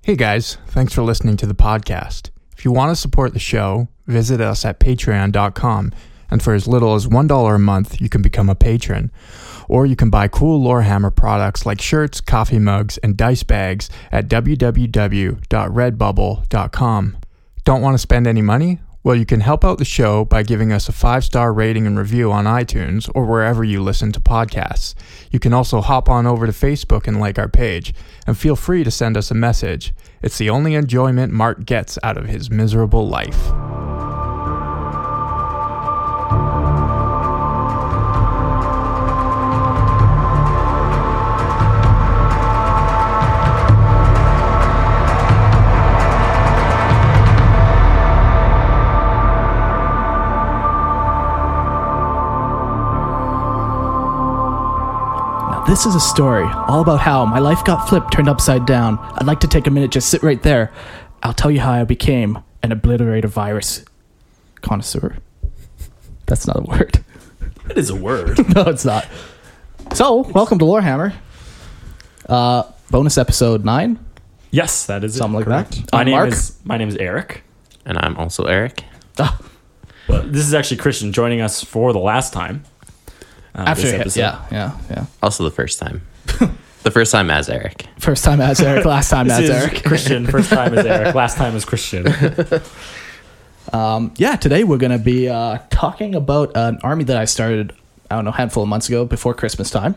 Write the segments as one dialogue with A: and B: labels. A: Hey guys, thanks for listening to the podcast. If you want to support the show, visit us at patreon.com. And for as little as $1 a month, you can become a patron. Or you can buy cool Lorehammer products like shirts, coffee mugs, and dice bags at www.redbubble.com. Don't want to spend any money? Well, you can help out the show by giving us a five star rating and review on iTunes or wherever you listen to podcasts. You can also hop on over to Facebook and like our page, and feel free to send us a message. It's the only enjoyment Mark gets out of his miserable life.
B: Now, this is a story all about how my life got flipped, turned upside down. I'd like to take a minute, just sit right there. I'll tell you how I became an obliterator virus connoisseur. That's not a word.
C: That is a word.
B: no, it's not. So, welcome to Lorehammer. Uh, bonus episode nine,
C: yes, that is it.
B: something like that.
C: My
B: I'm
C: name
B: Mark.
C: is my name is Eric.
D: And I'm also Eric.
B: Ah,
C: Well, this is actually Christian joining us for the last time. uh,
B: after
C: this
B: it-
C: episode.
B: yeah, yeah, yeah.
D: Also the first time. the first time as Eric.
B: First time as Eric, last time
C: This
B: as
C: is
B: Eric.
C: Christian. First time is Eric. Last time is Christian.
B: yeah, today we're going to be uh, talking about an army that I started, I don't know, a handful of months ago before Christmas time.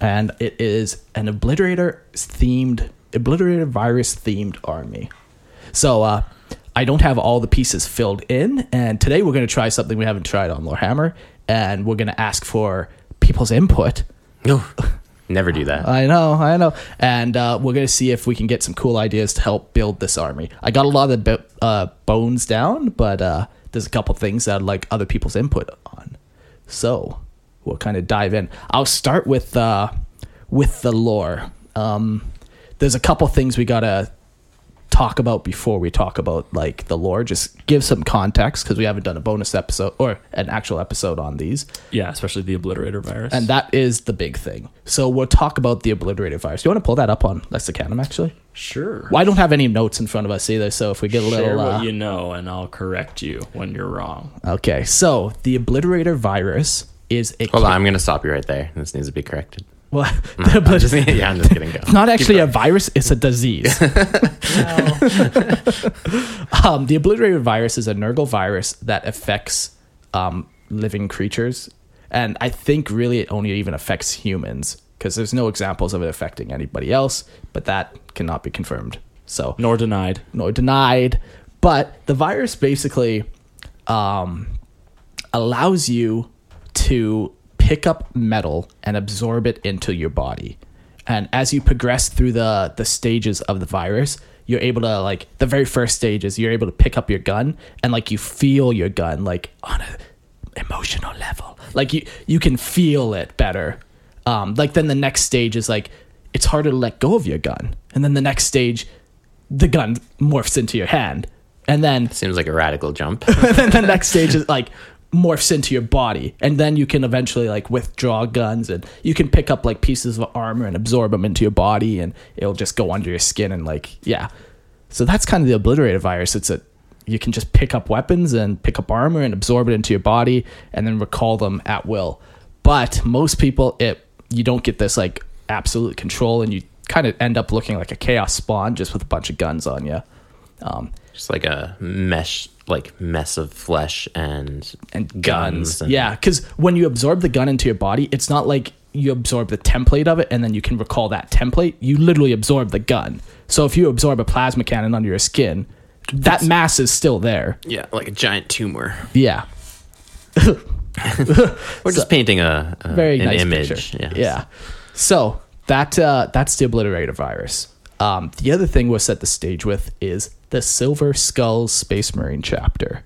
B: And it is an obliterator themed, obliterator virus themed army. So uh, I don't have all the pieces filled in. And today we're going to try something we haven't tried on Lorehammer. And we're going to ask for people's input.
D: No. Never do that.
B: I know, I know. And uh, we're going to see if we can get some cool ideas to help build this army. I got a lot of the bo- uh, bones down, but uh, there's a couple things that I'd like other people's input on. So we'll kind of dive in. I'll start with uh, with the lore. Um, there's a couple things we got to talk about before we talk about like the lore. Just give some context because we haven't done a bonus episode or an actual episode on these.
C: yeah, especially the obliterator virus.
B: And that is the big thing. So we'll talk about the obliterated virus. Do you want to pull that up on Lexicanum, actually?
C: sure.
B: Well, I don't have any notes in front of us either, so if we get a
C: Share
B: little.
C: what
B: Uh,
C: you know, and I'll correct you when you're wrong.
B: okay, so the obliterator virus is a.
D: Hold on, I'm gonna stop you right there. This needs to be corrected.
B: Well, the
D: I'm just,
B: obliterator.
D: yeah, I'm just kidding. Go.
B: Not actually a virus, it's a disease. um, the obliterated virus is a Nurgle virus that affects um, living creatures. And I think really it only even affects humans because there's no examples of it affecting anybody else, but that cannot be confirmed. So,
C: Nor denied.
B: nor denied. But the virus basically um, allows you to pick up metal and absorb it into your body. And as you progress through the the stages of the virus, you're able to like the very first stage is you're able to pick up your gun and like you feel your gun like on a emotional level. Like you you can feel it better. Um, like then the next stage is like it's harder to let go of your gun. And then the next stage the gun morphs into your hand. And then
D: Seems like a radical jump.
B: and then the next stage is like morphs into your body and then you can eventually like withdraw guns and you can pick up like pieces of armor and absorb them into your body and it'll just go under your skin and like yeah so that's kind of the obliterated virus it's a you can just pick up weapons and pick up armor and absorb it into your body and then recall them at will but most people it you don't get this like absolute control and you kind of end up looking like a chaos spawn just with a bunch of guns on you
D: just like a mesh like mess of flesh and
B: and
D: guns
B: guns.
D: and-
B: yeah, because when you absorb the gun into your body, it's not like you absorb the template of it and then you can recall that template. You literally absorb the gun. So if you absorb a plasma cannon under your skin, that mass is still there.
D: Yeah, like a giant tumor.
B: Yeah.
D: We're just painting a, a-
B: very
D: an
B: nice
D: image.
B: picture.
D: Yeah.
B: Yeah. So that uh, that's the obliterator virus. Um, the other thing we'll set the stage with is the Silver Skulls Space Marine chapter,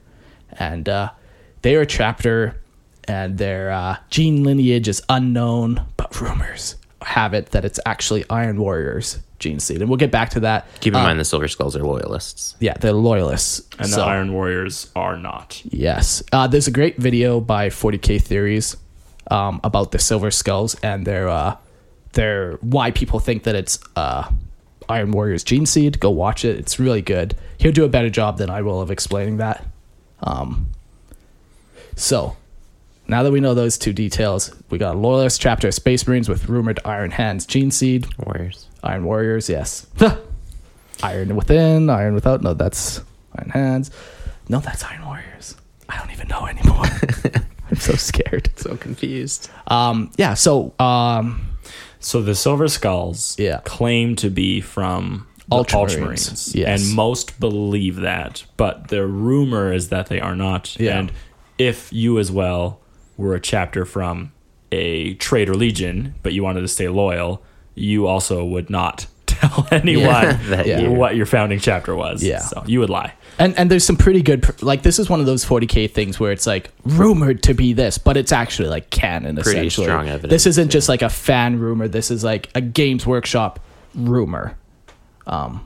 B: and uh, they are a chapter, and their uh, gene lineage is unknown, but rumors have it that it's actually Iron Warriors gene seed, and we'll get back to that.
D: Keep in
B: Uh,
D: mind the Silver Skulls are loyalists.
B: yeah, they're loyalists,
C: And
B: so-
C: the Iron Warriors are not.
B: Yes. Uh, there's a great video by 40K Theories um, about the Silver Skulls and their uh, their why people think that it's uh, Iron Warriors Gene Seed. Go watch it. It's really good. He'll do a better job than I will of explaining that. Um, so, now that we know those two details, we got a loyalist chapter of Space Marines with rumored Iron Hands Gene Seed.
D: Warriors.
B: Iron Warriors, yes. Iron Within, Iron Without. No, that's Iron Hands. No, that's Iron Warriors. I don't even know anymore. I'm so scared.
D: So confused.
B: Um, yeah, so um,
C: So the Silver Skulls
B: Yeah.
C: claim to be from the
B: Ultramarines,
C: Ultramarines.
B: yes.
C: And most believe that, but the rumor is that they are not.
B: Yeah.
C: And if you as well were a chapter from a traitor legion, but you wanted to stay loyal, you also would not tell anyone
D: That
B: Yeah.
D: you-
C: what your founding chapter was.
B: Yeah.
C: So you would lie.
B: and and there's some pretty good pr- like this is one of those 40k things where it's like rumored to be this, but it's actually like canon
D: Pretty
B: essentially.
D: strong evidence,
B: This isn't just like a fan rumor. This is like a Games Workshop rumor. Um,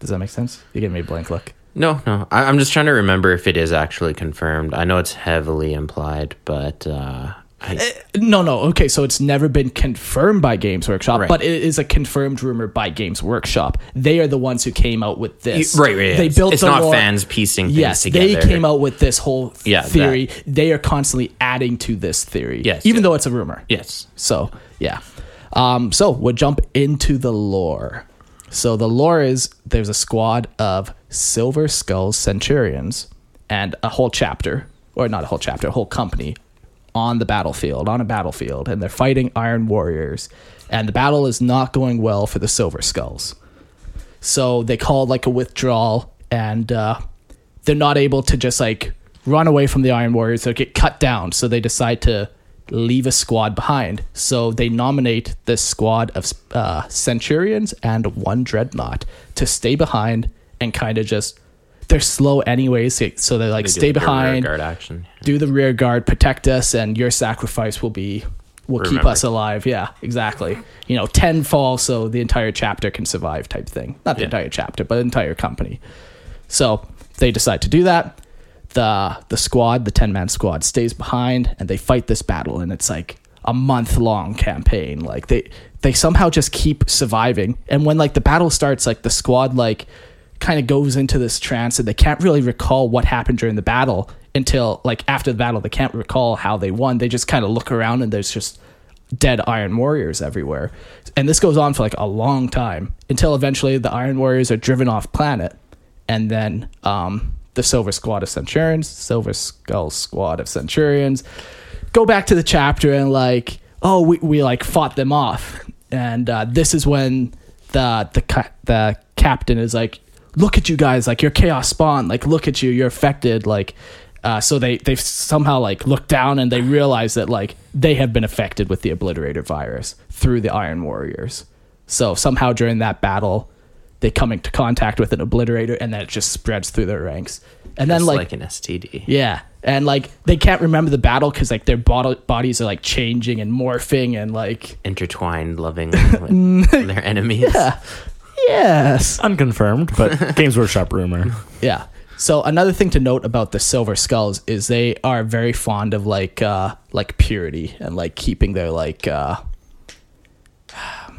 B: does that make sense? You're giving me a blank look.
D: No, no. I, I'm just trying to remember if it is actually confirmed. I know it's heavily implied, but uh, I,
B: No, no. Okay, so it's never been confirmed by Games Workshop,
D: Right.
B: but it is a confirmed rumor by Games Workshop. They are the ones who came out with this.
D: right, right. yeah.
B: They
D: It's-
B: built
D: It's
B: the
D: not
B: lore-
D: fans piecing things
B: Yes,
D: together.
B: they came out with this whole th-
D: Yeah, that.
B: theory. They are constantly adding to this theory,
D: Yes,
B: even
D: yeah.
B: though it's a rumor.
D: Yes.
B: So yeah. Um, so we'll jump into the lore. So the lore is there's a squad of Silver Skulls Centurions and a whole chapter, or not a whole chapter, a whole company on the battlefield, on a battlefield, and they're fighting Iron Warriors. And the battle is not going well for the Silver Skulls. So they call like a withdrawal, and uh, they're not able to just like run away from the Iron Warriors. They get cut down, so they decide to leave a squad behind. So they nominate this squad of uh, Centurions and one Dreadnought to stay behind and kind of just they're slow anyways, so- so they like
D: They do,
B: stay
D: like, a rear
B: behind
D: Guard action.
B: do the rear guard, protect us, and your sacrifice will be will keep
D: Remembered.
B: us alive. Yeah, exactly. You know, ten fall so the entire chapter can survive type thing. Not the
D: Yeah.
B: entire chapter, but entire company. So they decide to do that. The the squad, the ten man squad, stays behind and they fight this battle and it's like a month long campaign. Like they they somehow just keep surviving. And when like the battle starts, like the squad like kind of goes into this trance and they can't really recall what happened during the battle until like after the battle they can't recall how they won. They just kind of look around and there's just dead Iron Warriors everywhere. And this goes on for like a long time until eventually the Iron Warriors are driven off planet. And then um, the Silver Squad of Centurions, Silver Skull Squad of Centurions go back to the chapter and like, oh, we, we like fought them off. And uh, this is when the, the, ca- the captain is like, look at you guys, like you're chaos spawn, like look at you, you're affected, like uh, so they they somehow like look down and they realize that like they have been affected with the obliterator virus through the Iron Warriors. So somehow during that battle, they come into contact with an obliterator and then it just spreads through their ranks. And then
D: It's like,
B: like
D: an STD.
B: yeah. And like they can't remember the battle because like their bod- bodies are like changing and morphing and like
D: Intertwined lovingly with their enemies.
B: yes
C: Unconfirmed, but Games Workshop rumor.
B: Yeah. So another thing to note about the Silver Skulls is they are very fond of like uh like purity and like keeping their like uh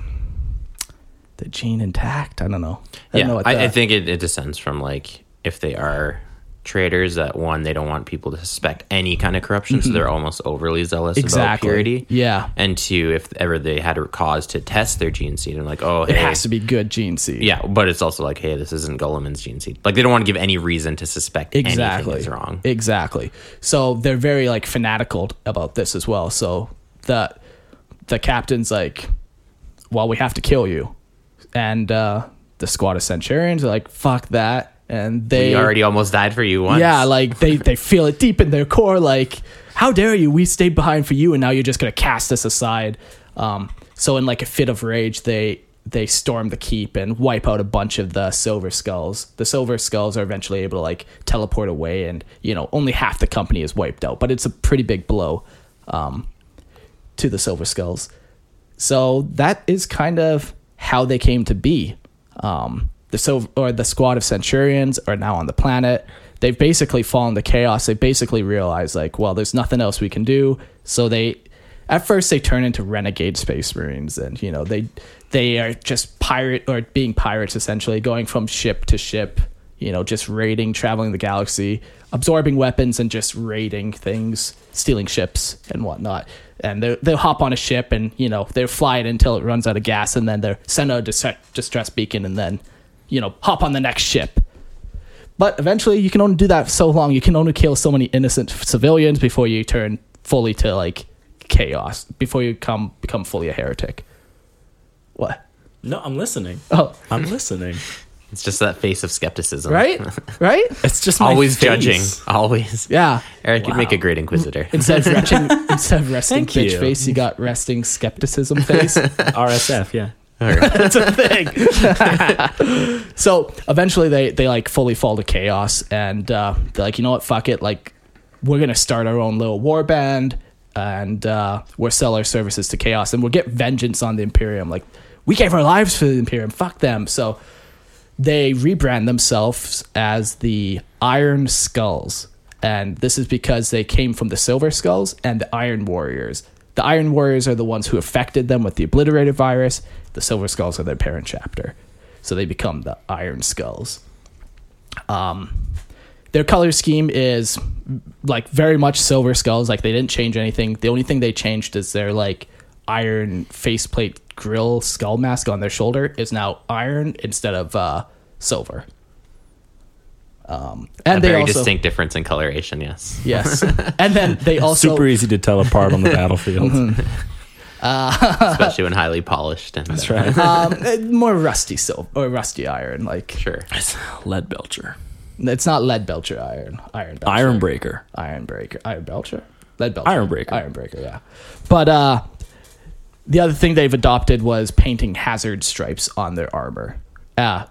B: the gene intact. I don't know. I don't
D: yeah,
B: know what
D: I, I
B: the-
D: think it, it descends from like if they are traitors that one they don't want people to suspect any kind of corruption, so they're almost overly zealous about
B: Mm-hmm. Exactly.
D: purity.
B: Yeah.
D: and two, if ever they had a cause to test their gene seed, and like, oh,
B: it
D: hey,
B: has to be good gene seed.
D: yeah, but it's also like, hey, this isn't Gulliman's gene seed. Like they don't want to give any reason to suspect
B: exactly
D: anything is wrong.
B: exactly so they're very like fanatical about this as well so the the captain's like well we have to kill you and uh the squad of centurions are like fuck that and they
D: we already almost died for you once.
B: yeah like they they feel it deep in their core like how dare you we stayed behind for you and now you're just gonna cast us aside um so in like a fit of rage they they storm the keep and wipe out a bunch of the silver skulls the silver skulls are eventually able to like teleport away and you know only half the company is wiped out but it's a pretty big blow um to the silver skulls so that is kind of how they came to be. Um, the Sil- or the squad of Centurions are now on the planet. They've basically fallen to chaos. They basically realize like, well, there's nothing else we can do. So they, at first, they turn into renegade Space Marines, and you know they they are just pirate or being pirates essentially, going from ship to ship, you know, just raiding, traveling the galaxy, absorbing weapons and just raiding things, stealing ships and whatnot. And they they'll hop on a ship and you know they'll fly it until it runs out of gas, and then they're sent out a dis- distress beacon, and then you know hop on the next ship. But eventually, you can only do that so long. You can only kill so many innocent civilians before you turn fully to like chaos. Before you come become fully a heretic. What?
C: No, I'm listening.
B: Oh,
C: I'm listening.
D: It's just that face of skepticism.
B: right, right.
C: It's just my
D: Always
C: face.
D: judging. Always.
B: Yeah.
D: Eric, you'd make a great inquisitor.
B: Instead of resting, instead of resting
C: Thank
B: bitch
C: you.
B: face, you got resting skepticism face.
C: RSF. Yeah.
B: It's a thing. so eventually they they like fully fall to chaos and uh, they're like, you know what, fuck it, like we're gonna start our own little war band and uh, we'll sell our services to chaos and we'll get vengeance on the Imperium. Like we gave our lives for the Imperium, fuck them. So they rebrand themselves as the Iron Skulls. And this is because they came from the Silver Skulls and the Iron Warriors. The Iron Warriors are the ones who affected them with the obliterated virus. The Silver Skulls are their parent chapter. So they become the Iron Skulls. Um, their color scheme is like very much Silver Skulls. Like they didn't change anything. The only thing they changed is their like iron faceplate grill skull mask on their shoulder is now iron instead of uh, silver. Um, and
D: a
B: they
D: very
B: also
D: distinct difference in coloration, yes.
B: yes, and then they also Mm-hmm.
C: Super easy to tell apart on the battlefield.
D: Especially when highly polished and
C: That's right.
B: um, uh, more rusty silver or rusty iron. Like
D: sure.
C: Lead Belcher.
B: it's not lead belcher iron, iron belcher.
C: Iron Breaker.
B: Iron Breaker. Iron Belcher? Lead Belcher.
C: Iron Breaker.
B: Iron Breaker, yeah. But uh, the other thing they've adopted was painting hazard stripes on their armor uh,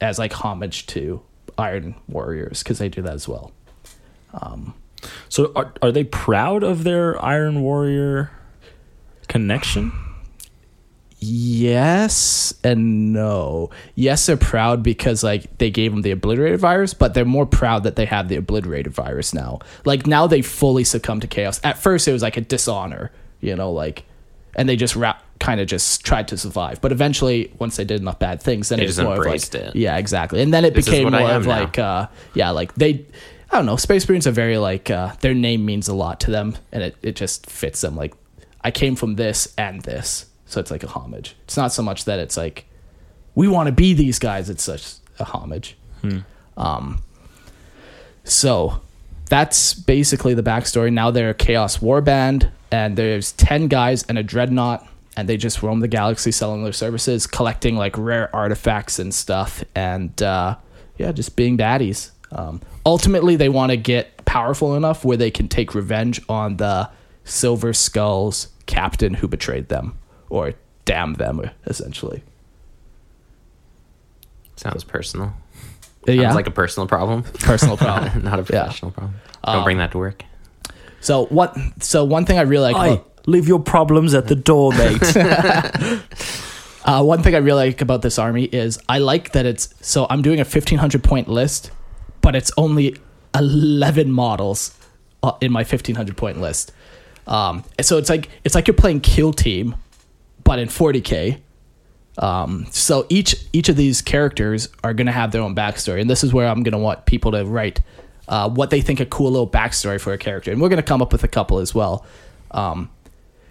B: as like homage to Iron Warriors because they do that as well.
C: So are, are they proud of their Iron Warrior connection?
B: Yes and no. Yes, they're proud because like they gave them the obliterated virus, but they're more proud that they have the obliterated virus now. Like now they fully succumb to chaos. At first, it was like a dishonor, you know, like, and they just ra- kind of just tried to survive. But eventually, once they did enough bad things, then
D: They
B: it was
D: just
B: more of like,
D: embraced it.
B: yeah, exactly. And then it
D: This is
B: became
D: what I
B: more
D: am
B: of
D: now.
B: like, uh, yeah, like they. I don't know. Space Marines are very like uh, their name means a lot to them, and it, it just fits them. Like I came from this and this, so it's like a homage. It's not so much that it's like we want to be these guys. It's such a homage. Um, so that's basically the backstory. Now they're a Chaos Warband, and there's 10 guys and a Dreadnought, and they just roam the galaxy selling their services, collecting like rare artifacts and stuff, and uh, yeah, just being baddies. Um, ultimately, they want to get powerful enough where they can take revenge on the Silver Skulls captain who betrayed them or damn them, essentially.
D: Sounds personal.
B: yeah,
D: Sounds like a personal problem,
B: personal problem.
D: not a
B: Yeah. Uh,
D: professional problem. Don't bring that to work.
B: So what? So one thing I really like. about-
C: leave your problems at the door, mate.
B: Uh, one thing I really like about this army is I like that it's so I'm doing a 1500 point list, but it's only 11 models uh, in my 1500 point list. Um, and so it's like it's like you're playing kill team, but in 40k. Um, so each each of these characters are gonna have their own backstory, and this is where I'm gonna want people to write uh, what they think a cool little backstory for a character, and we're gonna come up with a couple as well. Um,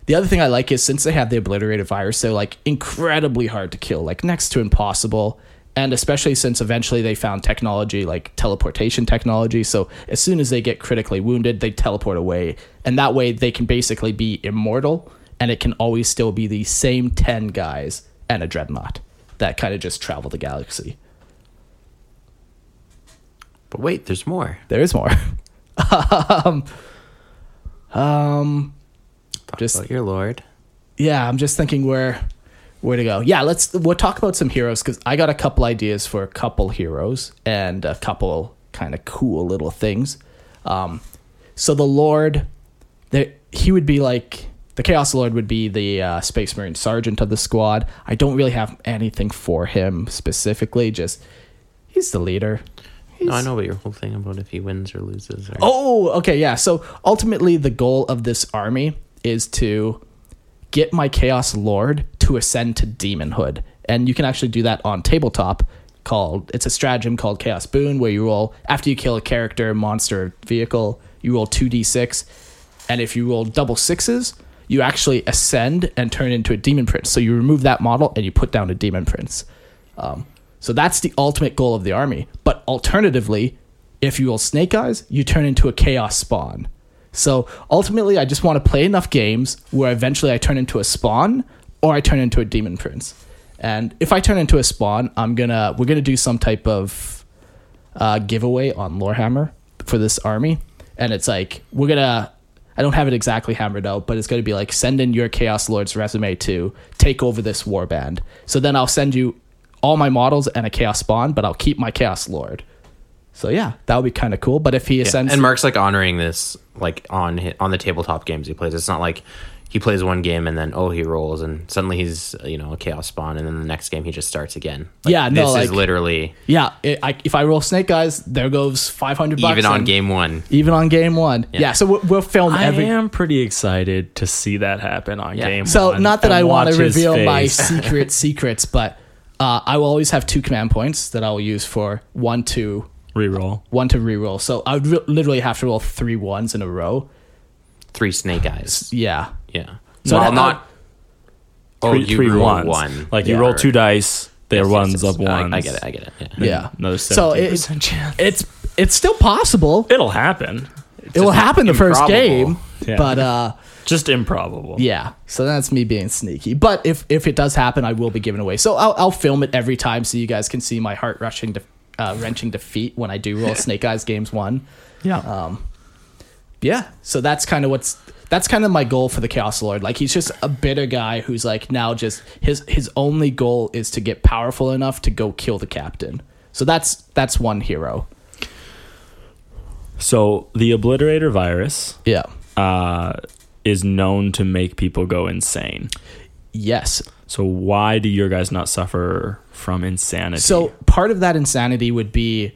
B: the other thing I like is since they have the obliterated virus, they're like incredibly hard to kill, like next to impossible. And especially since eventually they found technology like teleportation technology. So as soon as they get critically wounded, they teleport away. And that way they can basically be immortal and it can always still be the same 10 guys and a dreadnought that kind of just travel the galaxy.
D: But wait, there's more.
B: There is more. um, um,
D: Talk
B: Just-
D: about your lord.
B: yeah, I'm just thinking where where to go. Yeah, let's we'll talk about some heroes because I got a couple ideas for a couple heroes and a couple kind of cool little things. Um, so the Lord, there he would be like the Chaos Lord would be the uh, Space Marine Sergeant of the squad. I don't really have anything for him specifically. Just he's the leader.
D: No, I know about your whole thing about if he wins or loses. Or,
B: Oh, okay, yeah. So ultimately, the goal of this army is to get my Chaos Lord to to ascend to demonhood. And you can actually do that on tabletop called it's a stratagem called Chaos Boon where you roll after you kill a character, monster, vehicle, you roll 2d6 and if you roll double sixes, you actually ascend and turn into a demon prince. So you remove that model and you put down a demon prince. Um, so that's the ultimate goal of the army. But alternatively, if you roll snake eyes, you turn into a chaos spawn. So ultimately, I just want to play enough games where eventually I turn into a spawn or I turn into a demon prince. And if I turn into a spawn, I'm gonna we're gonna do some type of uh, giveaway on Lorehammer for this army, and it's like we're gonna. I don't have it exactly hammered out, but it's going to be like send in your Chaos Lord's resume to take over this warband. So then I'll send you all my models and a Chaos Spawn, but I'll keep my Chaos Lord. So yeah, that would be kind of cool. But if he ascends,
D: and Mark's like honoring this like on hi- on the tabletop games he plays. It's not like he plays one game and then oh he rolls and suddenly he's you know a chaos spawn and then the next game he just starts again. Like,
B: Yeah, no,
D: this is
B: like-
D: literally
B: yeah, it, I, if I roll Snake Eyes, there goes five hundred bucks.
D: even on
B: and-
D: game one.
B: even on game one. Yeah, so we'll, we'll film
C: I
B: every.
C: am pretty excited to see that happen on
D: Yeah.
C: game.
B: So
C: one
B: not that
C: and
B: I want
C: watch
B: to
C: his
B: reveal my
C: face.
B: secret secrets, but uh, I will always have two command points that I will use for one to
C: reroll.
B: one to reroll. So I would re- literally have to roll three ones in a row.
D: Three snake eyes.
B: Yeah.
D: Yeah.
B: So
D: So
B: that-
D: well, not. Oh,
C: Three-
D: you
C: three
D: roll
C: ones.
D: one.
C: Like
D: Yeah.
C: you roll
D: Or-
C: two dice, they're
D: Yes, yes,
C: ones
D: yes.
C: up
D: I-
C: ones.
D: I, get it. I get it. Yeah.
B: Yeah.
C: Another
B: So it-
C: 17% chance.
B: it's it's still possible.
C: It'll happen.
B: it will
D: just
B: happen the first
D: improbable.
B: game,
C: Yeah.
B: but uh,
C: Just improbable.
B: yeah. So that's me being sneaky. But if if it does happen, I will be given away. So I'll, I'll film it every time so you guys can see my heart rushing de- uh, wrenching defeat when I do roll Snake Eyes games one.
C: Yeah.
D: Um,
B: yeah so that's kind of what's that's kind of my goal for the chaos lord like he's just a bitter guy who's like now just his his only goal is to get powerful enough to go kill the captain so that's that's one hero
C: so the obliterator virus
B: yeah
C: uh, is known to make people go insane.
B: yes
C: So why do your guys not suffer from insanity?
B: so part of that insanity would be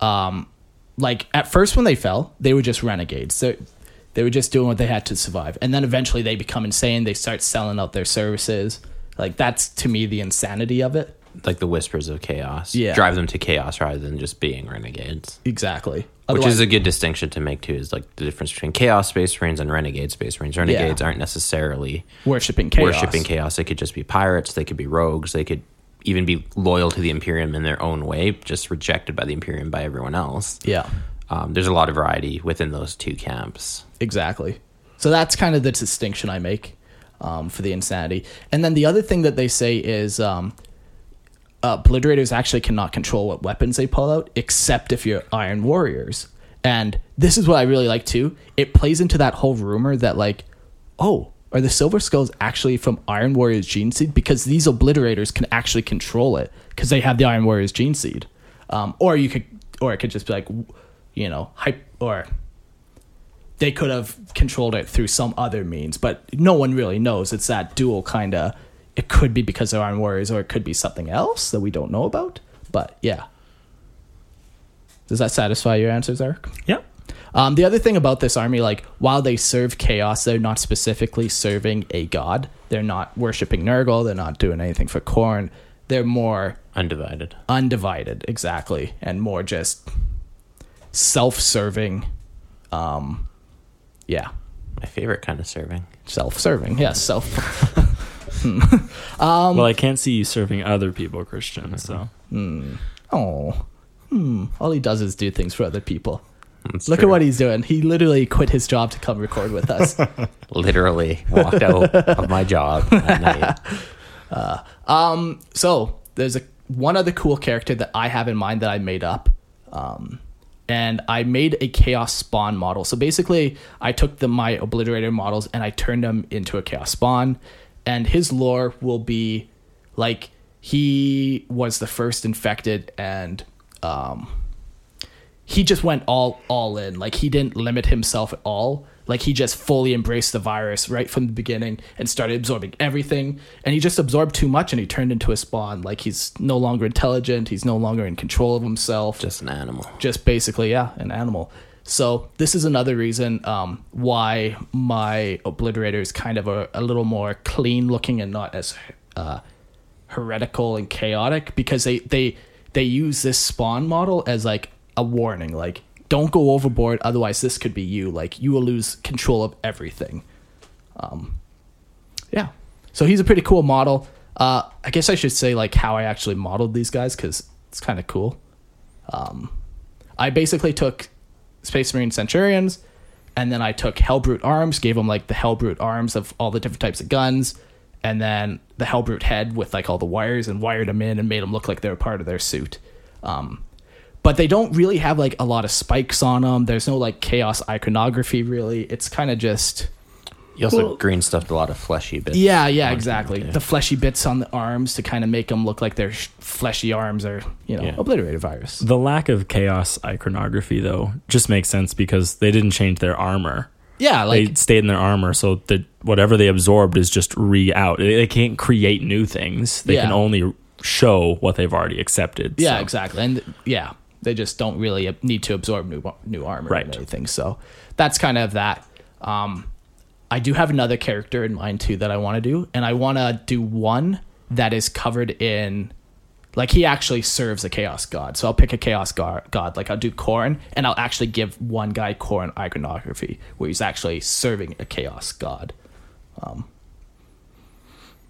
B: um like at first when they fell they were just renegades they they were just doing what they had to survive and then eventually they become insane they start selling out their services like that's to me the insanity of it
D: Like the whispers of chaos.
B: Yeah.
D: Drive them to chaos rather than just being renegades.
B: exactly
D: Which
B: Otherwise-
D: is a good distinction to make too. Is like the difference between chaos space marines and renegade space marines. Renegades aren't necessarily
B: worshipping chaos
D: worshiping chaos. They could just be pirates. They could be rogues. They could even be loyal to the Imperium in their own way, just rejected by the Imperium by everyone else.
B: Yeah,
D: Um, there's a lot of variety within those two camps.
B: exactly. So that's kind of the distinction I make um, for the insanity. And then the other thing that they say is um, uh, obliterators actually cannot control what weapons they pull out, except if you're Iron Warriors. And this is what I really like too. It plays into that whole rumor that like, oh, are the Silver Skulls actually from Iron Warriors gene seed? Because these obliterators can actually control it because they have the Iron Warriors gene seed. Um, or you could, or it could just be like, you know, hype or they could have controlled it through some other means, but no one really knows. It's that dual kind of. It could be because they're on warriors, or it could be something else that we don't know about. But yeah, does that satisfy your answers, Eric?
C: yeah.
B: Um, the other thing about this army, like while they serve chaos, they're not specifically serving a god. They're not worshiping Nurgle. They're not doing anything for Corn. They're more
D: Undivided.
B: undivided exactly and more just self-serving um yeah
D: My favorite kind of serving.
B: self-serving yes self um,
C: well, I can't see you serving other people, Christian. So
B: oh hmm all he does is do things for other people
D: That's
B: look
D: true.
B: at what he's doing he literally quit his job to come record with us
D: literally walked out of my job at night.
B: so there's a one other cool character that I have in mind that I made up. Um, and I made a chaos spawn model. So basically, I took the my obliterator models and I turned them into a chaos spawn. And his lore will be like he was the first infected and um, he just went all all in. Like he didn't limit himself at all. Like he just fully embraced the virus right from the beginning and started absorbing everything. And he just absorbed too much and he turned into a spawn. Like he's no longer intelligent. He's no longer in control of himself. Just,
D: Just an animal.
B: just basically, yeah, an animal. So this is another reason um, why my obliterator is kind of a, a little more clean looking and not as uh, heretical and chaotic because they they they use this spawn model as like a warning, like don't go overboard, otherwise this could be you. Like you will lose control of everything. Um, Yeah. So he's a pretty cool model. Uh, I guess I should say like how I actually modeled these guys because it's kind of cool. Um, I basically took Space Marine Centurions, and then I took Hellbrute arms, gave them like the Hellbrute arms of all the different types of guns, and then the Hellbrute head with like all the wires, and wired them in and made them look like they were part of their suit. Um, but they don't really have like a lot of spikes on them. There's no like chaos iconography really. It's kind of just
D: You also green stuffed a lot of fleshy bits.
B: yeah, yeah, exactly. The fleshy bits on the arms to kind of make them look like their sh- fleshy arms are, you know,
D: Yeah.
B: obliterated virus.
C: The lack of chaos iconography, though, just makes sense because they didn't change their armor.
B: Yeah, like
C: they stayed in their armor, so that whatever they absorbed is just re out. They they can't create new things. They can
B: Yeah.
C: only show what they've already accepted.
B: yeah,
C: so.
B: exactly. And yeah, they just don't really ab- need to absorb new new armor
C: Right.
B: and everything. So that's kind of that. Um, I do have another character in mind too that I want to do, and I want to do one that is covered in, like he actually serves a chaos god. So I'll pick a chaos gar- god. Like I'll do Corn, and I'll actually give one guy Corn iconography, where he's actually serving a chaos god. Um,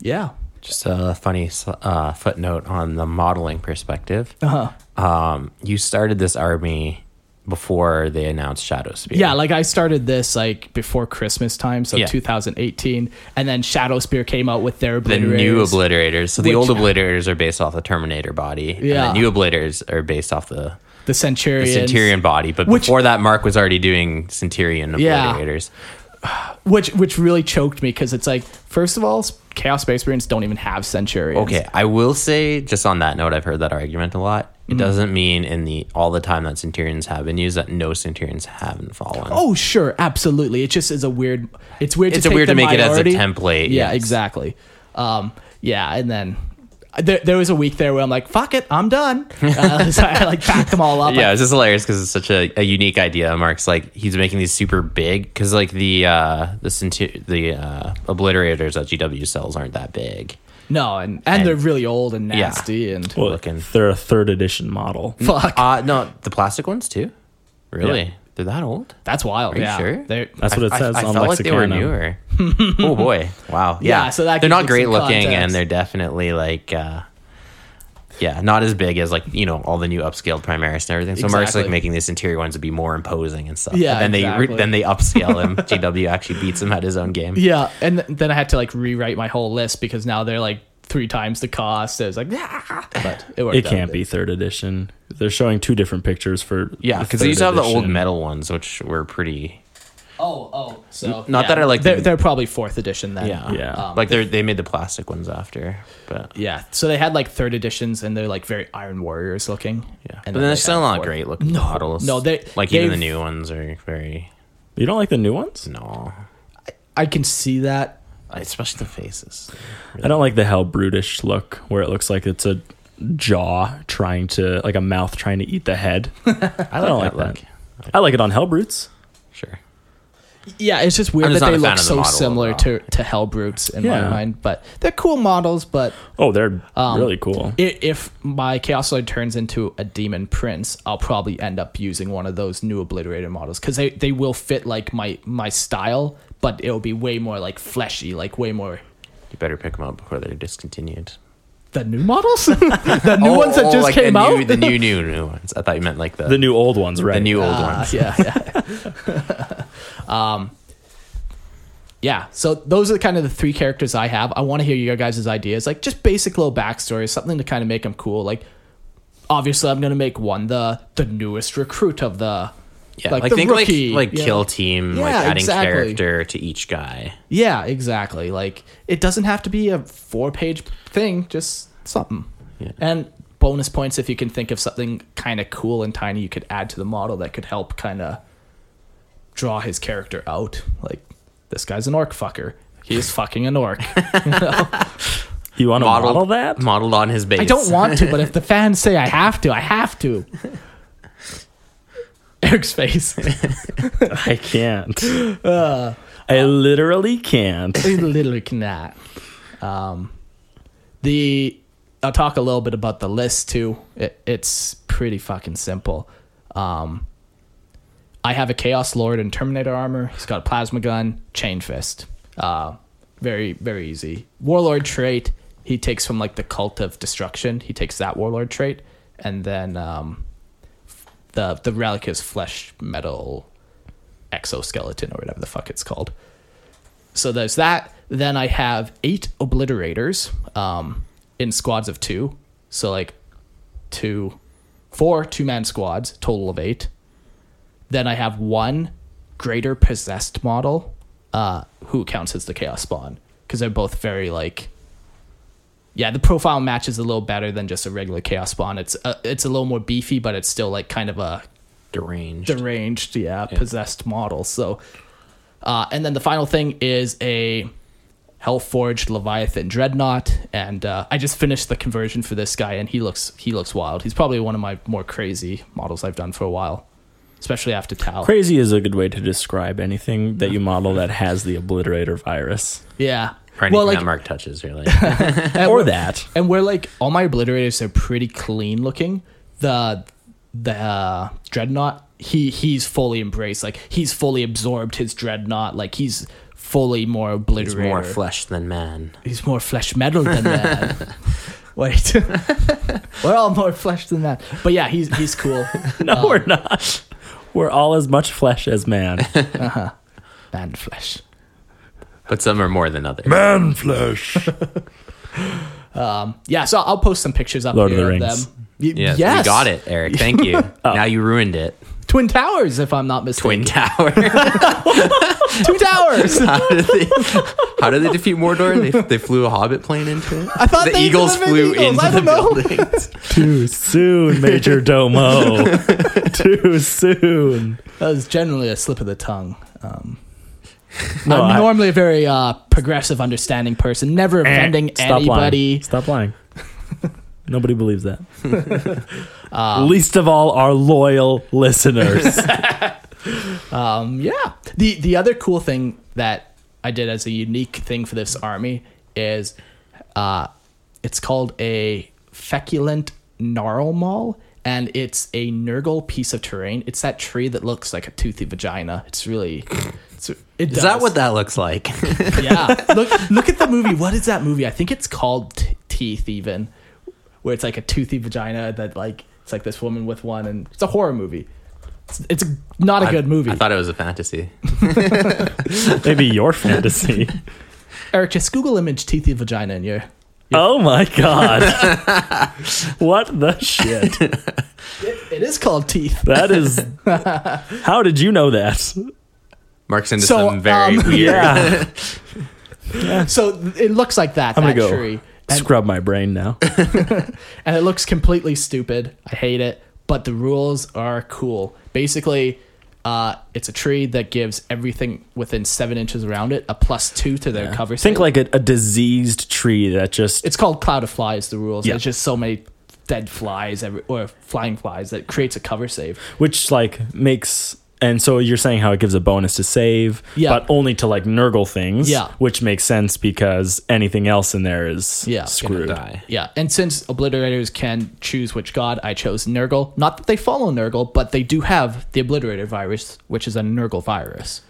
B: yeah.
D: Just a funny s- uh, footnote on the modeling perspective.
B: Oh.
C: Uh-huh.
D: Uh huh. Um, you started this army before they announced Shadow Spear.
B: Yeah, like I started this like before Christmas time, so
D: Yeah.
B: 2018, and then Shadow Spear came out with their
D: the
B: obliterators.
D: new obliterators. So the
B: Which-
D: old obliterators are based off the Terminator body.
B: Yeah.
D: And the new obliterators are based off the,
B: the
D: the
B: Centurion,
D: Centurion body. But
B: Which-
D: before that, Mark was already doing Centurion
B: Yeah.
D: obliterators.
B: which which really choked me because it's like first of all, Chaos Space Marines don't even have Centurions.
D: Okay, I will say just on that note, I've heard that argument a lot.
B: Mm-hmm.
D: It doesn't mean in the all the time that Centurions have been used that no Centurions haven't fallen.
B: Oh sure, absolutely. It just is a weird. It's weird.
D: It's
B: to
D: a
B: take
D: weird
B: the
D: to make it as a
B: minority.
D: template,
B: Yeah,
D: yes.
B: exactly. Um, yeah, and then. There, there was a week there where I'm like, "Fuck it, I'm done." Uh, so I like packed them all up.
D: yeah, it's just hilarious because it's such a, a unique idea. Mark's like he's making these super big because like the uh, the Centu- the uh, obliterators that GW sells aren't that big.
B: no, and, and they're really old and nasty and
C: Well,
D: Looking.
C: they're a third edition model.
B: fuck.
D: Uh no, the plastic ones too. Really,
C: Yeah.
D: they're that old?
B: That's wild.
D: you
B: yeah.
D: sure?
B: They're-
C: That's what it says
D: I, I
C: on
D: felt like they were
C: Lexicon.
D: newer. oh boy! Wow. Yeah.
B: Yeah, so that gives
D: they're not
B: it
D: great
B: some
D: looking, and
B: context.
D: they're definitely like, uh, yeah, not as big as like you know all the new upscaled Primaris and everything. So Mark's like
B: Exactly.
D: making these interior ones to be more imposing and stuff.
B: Yeah,
D: And then they
B: exactly.
D: re- then they upscale him. GW actually beats him at his own game.
B: yeah. And th- then I had to like rewrite my whole list because now they're like three times the cost. It was like, ah, but it worked.
C: It
B: out
C: can't
B: good.
C: be third edition. They're showing two different pictures for
D: Yeah,
C: the
D: because they used to
C: third
D: have the old
C: edition.
D: metal ones, which were pretty.
B: Oh, oh. So
D: not that I like
B: They're,
D: them.
B: they're probably fourth edition then.
D: Yeah,
C: Yeah. Um,
D: like they they made the plastic ones after, but yeah.
B: Yeah. So they had like third editions and they're like very Iron Warriors looking. Yeah.
D: But then they're still not great looking models.
B: no, they-
D: like even the
B: they've-
D: new ones are very
C: You don't like the new ones?
D: no,
B: I can see that.
D: especially the faces.
C: I don't like the hell brutish look where it looks like it's a jaw trying to like a mouth trying to eat the head. I don't like
D: that
C: that. I like it on hell brutes.
D: Sure.
B: Yeah, it's just weird
D: I'm just
B: that they
D: not a fan
B: look
D: of the
B: so
D: model
B: similar
D: overall.
B: to, to Hell Brutes in
C: Yeah.
B: my mind. But they're cool models, but
C: Oh, they're
B: Um,
C: really cool.
B: i- If my Chaos Lord turns into a Demon Prince, I'll probably end up using one of those new obliterated models because they, they will fit like my my style, but it'll be way more like fleshy, like way more
D: You better pick them up before they're discontinued.
B: the new models, the new ones that just came
D: Oh, the
B: out.
D: New, the new, new, new ones. I thought you meant like the
C: The new old ones, right?
D: the new old
B: Ah,
D: ones.
B: yeah, yeah. um, yeah. So those are kind of the three characters I have. I want to hear your guys' ideas, like just basic little backstory, something to kind of make them cool. Like, obviously, I'm gonna make one the the newest recruit of the
D: Yeah, like, think like like
B: you know?
D: kill team, like
B: Yeah,
D: adding
B: exactly.
D: character to each guy.
B: Yeah, exactly. Like it doesn't have to be a four page thing, just something.
D: Yeah.
B: And bonus points if you can think of something kind of cool and tiny you could add to the model that could help kind of draw his character out. Like this guy's an orc fucker. He's fucking an orc.
C: you want to model that?
D: modeled on his base.
B: I don't want to, but if the fans say I have to, I have to. Eric's face.
C: I can't.
D: Uh,
C: I literally can't.
B: They literally cannot. Um, The I'll talk a little bit about the list too. It, it's pretty fucking simple. Um, I have a Chaos Lord in Terminator armor. He's got a plasma gun, chain fist. Uh, very very easy. Warlord trait. He takes from like the cult of destruction. He takes that warlord trait, and then um, the the relic is flesh metal exoskeleton or whatever the fuck it's called. So there's that. Then I have eight obliterators um, in squads of two. So like two, four two man squads, total of eight. Then I have one greater possessed model uh, who counts as the chaos spawn because they're both very like. Yeah, the profile matches a little better than just a regular chaos spawn. It's a, it's a little more beefy, but it's still like kind of a
D: deranged.
B: deranged, yeah, possessed model. So, uh, and then the final thing is a Hellforged Leviathan Dreadnought, and uh, I just finished the conversion for this guy, and he looks he looks wild. He's probably one of my more crazy models I've done for a while, especially after Tal.
C: Crazy is a good way to describe anything that you model that has the obliterator virus
B: yeah,
D: or anything
B: well, like
D: that Mark touches, really.
B: and
C: or
B: we're-
C: that.
B: and where like all my obliterators are pretty clean looking the the uh, dreadnought he he's fully embraced like he's fully absorbed his dreadnought like he's fully more obliterator
D: It's more flesh than man.
B: he's more flesh metal than that wait we're all more flesh than that but yeah he's he's cool
C: No,
B: Um,
C: we're not. We're all as much flesh as man.
B: man flesh
D: But some are more than others.
C: man flesh.
B: Um, yeah so i'll post some pictures up
C: Lord of
B: here
C: the
B: of,
C: Rings.
B: them Y-
D: Yes,
B: yes.
D: we got it, Eric. Thank you. Now you ruined it.
B: twin towers if i'm not
D: Twin
B: mistaken
D: Tower.
B: twin towers
D: how did they? How did they defeat Mordor? They, they flew a Hobbit plane into it.
B: I thought
D: the
B: they
D: Eagles
B: delivered
D: flew
B: Eagles.
D: into
B: I
D: the
B: don't know.
D: buildings.
C: Too soon, Major Domo. Too soon.
B: that was generally a slip of the tongue um
C: No,
B: I'm
C: I-
B: normally a very uh, progressive, understanding person, never
C: Eh,
B: offending
C: Stop
B: anybody.
C: Lying. Stop lying. Nobody believes that. Least of all our loyal listeners.
B: Um, yeah. The the other cool thing that I did as a unique thing for this army is, uh, it's called a feculent gnarl maul, and it's a Nurgle piece of terrain. It's that tree that looks like a toothy vagina. It's really, it's, it does.
D: Is that what that looks like?
B: yeah. Look look at the movie. What is that movie? I think it's called T- Teeth even, where it's like a toothy vagina that like it's like this woman with one, and it's a horror movie. It's, it's not a good movie.
D: I thought it was a fantasy.
C: Maybe your fantasy.
B: Eric, just Google image teethy vagina and you're
C: Oh my god. what the shit?
B: it, it is called teeth.
C: That is How did you know that?
D: Mark's into
B: So,
D: some very
B: um,
D: weird.
C: Yeah.
B: So th- it looks like that.
C: I'm
B: that
C: going to go
B: tree. And,
C: scrub my brain now.
B: and it looks completely stupid. I hate it, but the rules are cool. Basically, uh, it's a tree that gives everything within seven inches around it a plus two to their cover.
C: Think
B: save.
C: like a, a diseased tree that just
B: it's called cloud of flies the rules
C: Yeah.
B: there's just so many dead flies every, or flying flies that creates a cover save
C: which like makes and so you're saying how it gives a bonus to save,
B: Yeah.
C: but only to like Nurgle things,
B: Yeah.
C: which makes sense because anything else in there is
B: Yeah.
C: screwed.
D: Die.
B: yeah and since obliterators can choose which god i chose nurgle not that they follow nurgle but they do have the obliterator virus which is a nurgle virus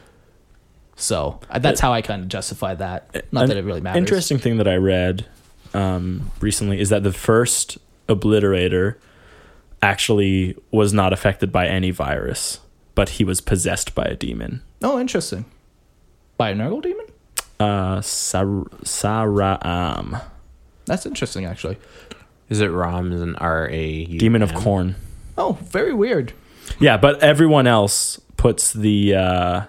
B: so uh, that's how i kind of justify that not
C: An
B: that it really matters
C: Interesting thing that I read um, recently is that the first obliterator actually was not affected by any virus, but he was possessed by a demon.
B: oh interesting by a nurgle demon
C: Uh, Sar- Saraam,
B: that's interesting actually
D: Is it Rom is an R A U
C: demon of
D: M?
C: corn.
B: oh very weird
C: Yeah, but everyone else puts the uh,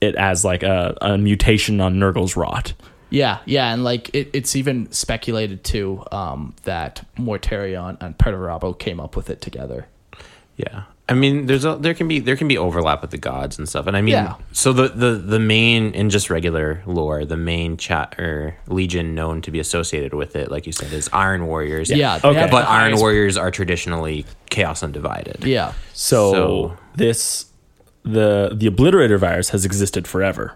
C: it as like a, a mutation on Nurgle's rot.
B: Yeah, yeah, and like it, it's even speculated too um, that Mortarion and Perturabo came up with it together.
D: Yeah. I mean, there's a there can be there can be overlap with the gods and stuff, and I mean,
B: Yeah.
D: so the the the main in just regular lore, the main chat or legion known to be associated with it, like you said, is Iron Warriors.
B: Yeah,
C: Okay.
B: have the
D: but Iron
B: highest-
D: Warriors are traditionally chaos undivided.
B: Yeah,
C: So,
D: So-
C: this the the obliterator virus has existed forever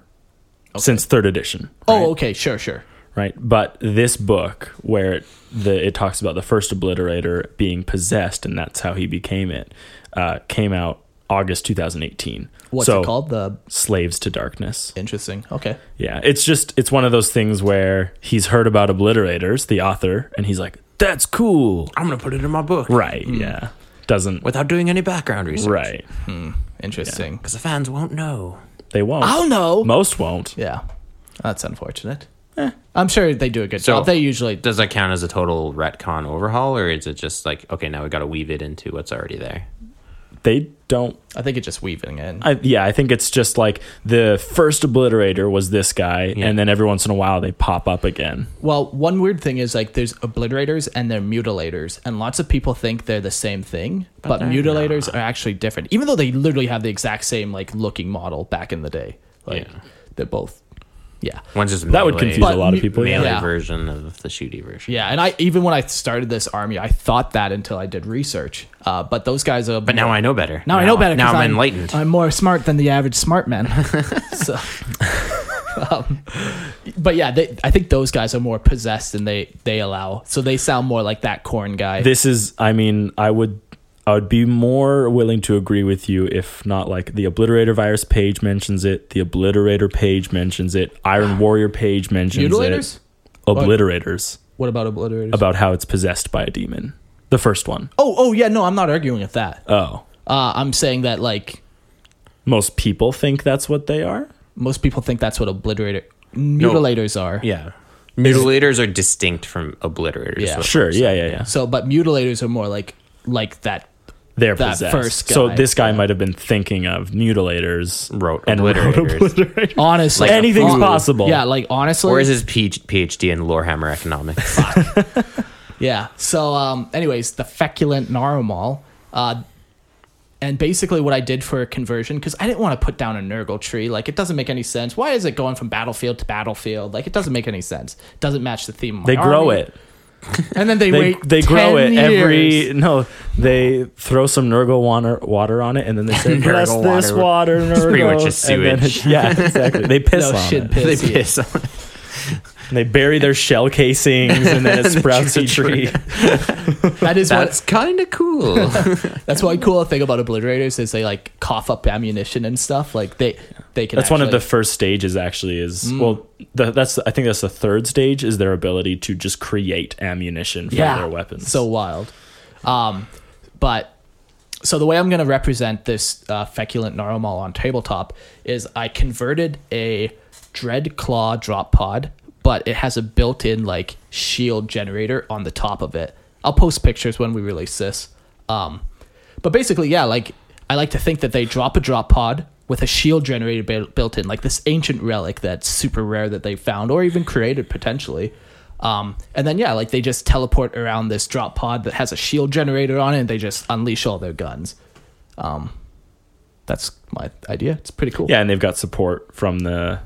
C: since third edition.
B: Oh, okay, sure, sure.
C: right? But this book, where it, the it talks about the first obliterator being possessed, and that's how he became it, uh, came out August 2018.
B: What's
C: So,
B: it called? The
C: Slaves to Darkness.
B: interesting. Okay.
C: Yeah, it's just it's one of those things where he's heard about obliterators, the author, and he's like, "That's cool."
D: I'm gonna put it in my book
C: Right.
B: Hmm.
C: Yeah. Doesn't.
D: without doing any background research,
C: Right.
B: Interesting.
D: Because the fans won't know.
C: They won't.
B: I'll know.
C: Most won't.
B: Yeah. That's unfortunate. Eh, I'm sure they do a good
D: So-
B: job. They usually
D: Does that count as a total retcon overhaul, or is it just like okay, now we got to weave it into what's already there?
C: They don't
B: I think it's just weaving in.
C: I, yeah, I think it's just like the first obliterator was this guy,
D: Yeah.
C: and then every once in a while they pop up again.
B: Well, one weird thing is like there's obliterators and they're mutilators, and lots of people think they're the same thing, but,
D: they're
B: mutilators are actually different. Even though they literally have the exact same like looking model back in the day, like
D: Yeah.
B: they're both, yeah,
D: One's just
C: That would
D: melee-
C: confuse a lot of
B: mu-
C: people.
D: melee
C: Yeah.
B: Yeah.
D: version of the shooty version.
B: yeah. And I even when I started this army, I thought that until I did research. Uh, but those guys are.
D: But now I know better.
B: Now, I know better.
D: Now
B: 'cause
D: I'm, enlightened.
B: I'm more smart than the average smart man. so, um, but yeah, they, I think those guys are more possessed than they they allow. So they sound more like that corn guy.
C: This is, I mean, I would, I would be more willing to agree with you if not like the obliterator virus page mentions it, the obliterator page mentions it, Iron Warrior page mentions
B: Mutilators?
C: it, obliterators
B: What about obliterators?
C: about how it's possessed by a demon. The first one.
B: oh, oh yeah, no, I'm not arguing with that.
C: Oh,
B: Uh, I'm saying that like
C: most people think that's what they are.
B: most people think that's what obliterator mutilators are.
D: yeah. Mutilators are distinct from obliterators.
B: Yeah.
D: so-
C: Sure. Yeah. Yeah. Yeah.
B: So, but mutilators are more like like that.
C: They're
B: that
C: possessed.
B: first
C: So
B: guy.
C: this guy might have been thinking of mutilators,
D: Wrote
C: wrote
D: obliterators.
C: obliterators.
B: Honestly,
C: Like, anything's
B: hon-
C: possible.
B: Yeah, like honestly,
D: Or is his PH- PhD in Lorehammer economics?
B: Yeah. So, um, anyways, the feculent narwhal. Uh, and basically, what I did for a conversion, because I didn't want to put down a Nurgle tree. Like, it doesn't make any sense. Why is it going from battlefield to battlefield? Like, it doesn't make any sense. doesn't match the theme. Of my
C: They grow
B: army.
C: it.
B: And then they,
C: They
B: wait.
C: they grow it
B: 10
C: every
B: years.
C: no. They throw some Nurgle water water on it, and then they say, "Bless
D: Nurgle
C: this water, Nurgle."
D: pretty much just
C: And then
D: sewage.
C: it's- yeah, exactly. They piss
B: No
C: on
B: shit
C: it.
D: they
B: piss.
D: piss on
C: And they bury their shell casings, and then it sprouts a
D: tree
C: tree.
B: That is what
D: That's kind of cool.
B: That's one cool thing about obliterators is they like cough up ammunition and stuff. Like they they can.
C: That's one of the
B: actually-
C: first stages. Actually, is well, the, that's I think that's the third stage is their ability to just create ammunition from their weapons.
B: So wild. Um, but so the way I'm going to represent this uh, feculent narwhal on tabletop is I converted a dread claw drop pod, but it has a built-in like shield generator on the top of it. I'll post pictures when we release this. Um, but basically, yeah, like I like to think that they drop a drop pod with a shield generator bu- built in, like this ancient relic that's super rare that they found or even created potentially. Um, and then yeah, like they just teleport around this drop pod that has a shield generator on it, and they just unleash all their guns. Um, that's my idea. It's pretty cool.
C: Yeah, and they've got support from the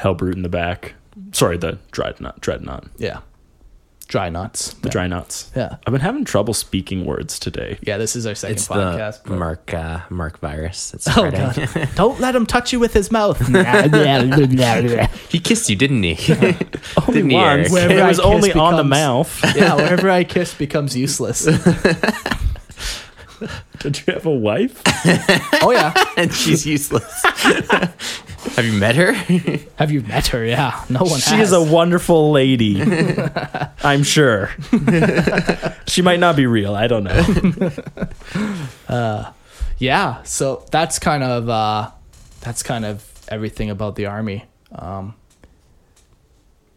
C: Hellbrute in the back. Sorry, the Dreadnought. Dreadnought.
B: yeah. Dry knots.
C: The Drynuts.
B: Yeah.
C: I've been having trouble speaking words today.
B: Yeah, this is our second
D: it's
B: podcast.
D: the
B: but-
D: Mark uh, Mark virus. It's
B: Oh
D: spreading.
B: god! Don't let him touch you with his mouth. yeah,
D: He kissed you, didn't he? didn't he, Eric?
B: Where-
C: It
B: Wherever
C: was
B: I kiss
C: only on the
B: becomes-
C: mouth.
B: wherever I kiss becomes useless.
C: Did you have a wife?
B: Oh yeah.
D: and she's useless. Have you met her?
B: Have you met her? Yeah, no one.
C: she
B: has.
C: is a wonderful lady. I'm sure. she might not be real. I don't know.
B: yeah. So that's kind of uh, that's kind of everything about the army. Um,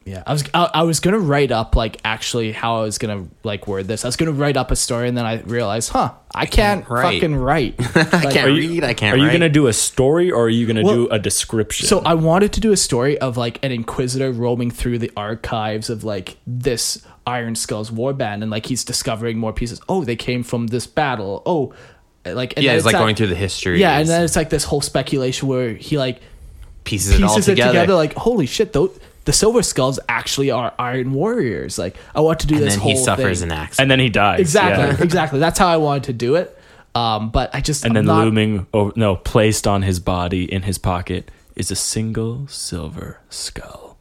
B: yeah, I was I, I was gonna write up like actually how I was gonna like word this. I was gonna write up a story and then I realized, huh, I can't,
D: can't write.
B: fucking write. Like,
D: I can't
C: you-
D: read. I can't.
C: Are you
D: write.
C: going to do a story or are you going to
B: Well,
C: do a description?
B: So I wanted to do a story of like an inquisitor roaming through the archives of like this Iron Skulls warband and like he's discovering more pieces. Oh, they came from this battle. Oh, like and
D: Yeah,
B: then
D: it's like
B: that-
D: going through the history.
B: Yeah, and then it's like this whole speculation where he like
D: pieces, it all
B: pieces it
D: together.
B: together, like holy shit, though the Silver Skulls actually are Iron Warriors. Like I want to do
D: and
B: this
D: then
B: whole
D: he suffers
B: thing.
D: an accident.
C: and then he dies.
B: Exactly,
C: yeah.
B: exactly. That's how I wanted to do it. Um, but I just
C: And
B: I'm
C: then
B: not,
C: looming, over, no, placed on his body in his pocket is a single silver skull.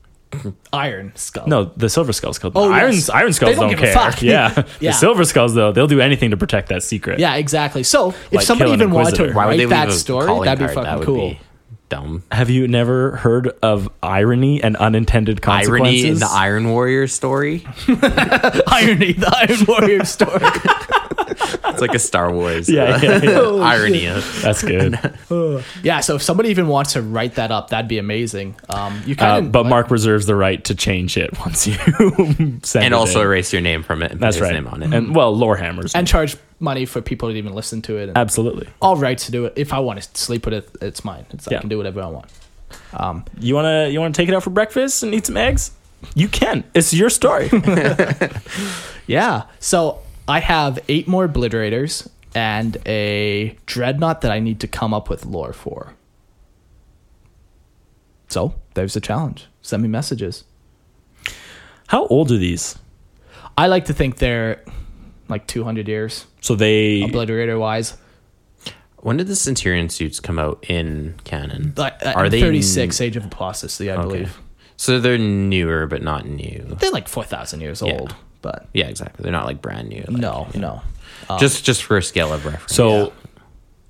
B: Iron Skull.
C: No, the Silver Skull's called.
B: Oh,
C: the Iron
B: yes.
C: Iron Skulls
B: They don't
C: don't,
B: give a
C: care.
B: fuck.
C: Yeah.
B: Yeah.
C: the Silver Skulls though, they'll do anything to protect that secret.
B: Yeah, exactly. So if
C: Like
B: somebody
C: kill an
B: even wanted to
C: Inquisitor.
D: Why would they
B: write
D: leave
B: that
D: a
B: story,
D: calling
B: that'd be
D: card?
B: fucking
D: That would
B: cool.
D: be dumb.
C: Have you never heard of irony and unintended consequences?
D: Irony in the Iron Warrior story.
B: Irony, the Iron Warrior story.
D: It's like a Star Wars.
C: Yeah,
D: uh,
C: yeah, yeah.
D: irony. of-
C: That's good.
B: yeah, so if somebody even wants to write that up, that'd be amazing. Um, you
C: Uh,
B: kind of
C: but Mark reserves the right to change it once you send
D: And
C: it
D: also
C: in.
D: erase your name from it and
C: That's
D: put his
C: right.
D: name on it.
C: And well, Lorehammer's
B: and charge money for people to even listen to it. And
C: absolutely.
B: all rights to do it. If I want to sleep with it, it's mine. It's,
C: Yeah.
B: I can do whatever I want.
C: You wanna you wanna take it out for breakfast and eat some eggs? You can. It's your story.
B: Yeah. So I have eight more obliterators and a dreadnought that I need to come up with lore for. So there's the challenge. Send me messages.
C: How old are these?
B: I like to think they're like 200 years,
C: So they
B: obliterator wise.
D: When did the Centurion suits come out in canon?
B: Like, uh, Are they 36 Age of Apostasy, I believe.
D: So they're newer, but not new.
B: They're like 4,000 years
D: Yeah.
B: old, but
D: Yeah, exactly. They're not like brand new. like-
B: no, no.
D: just just for scale of reference.
C: So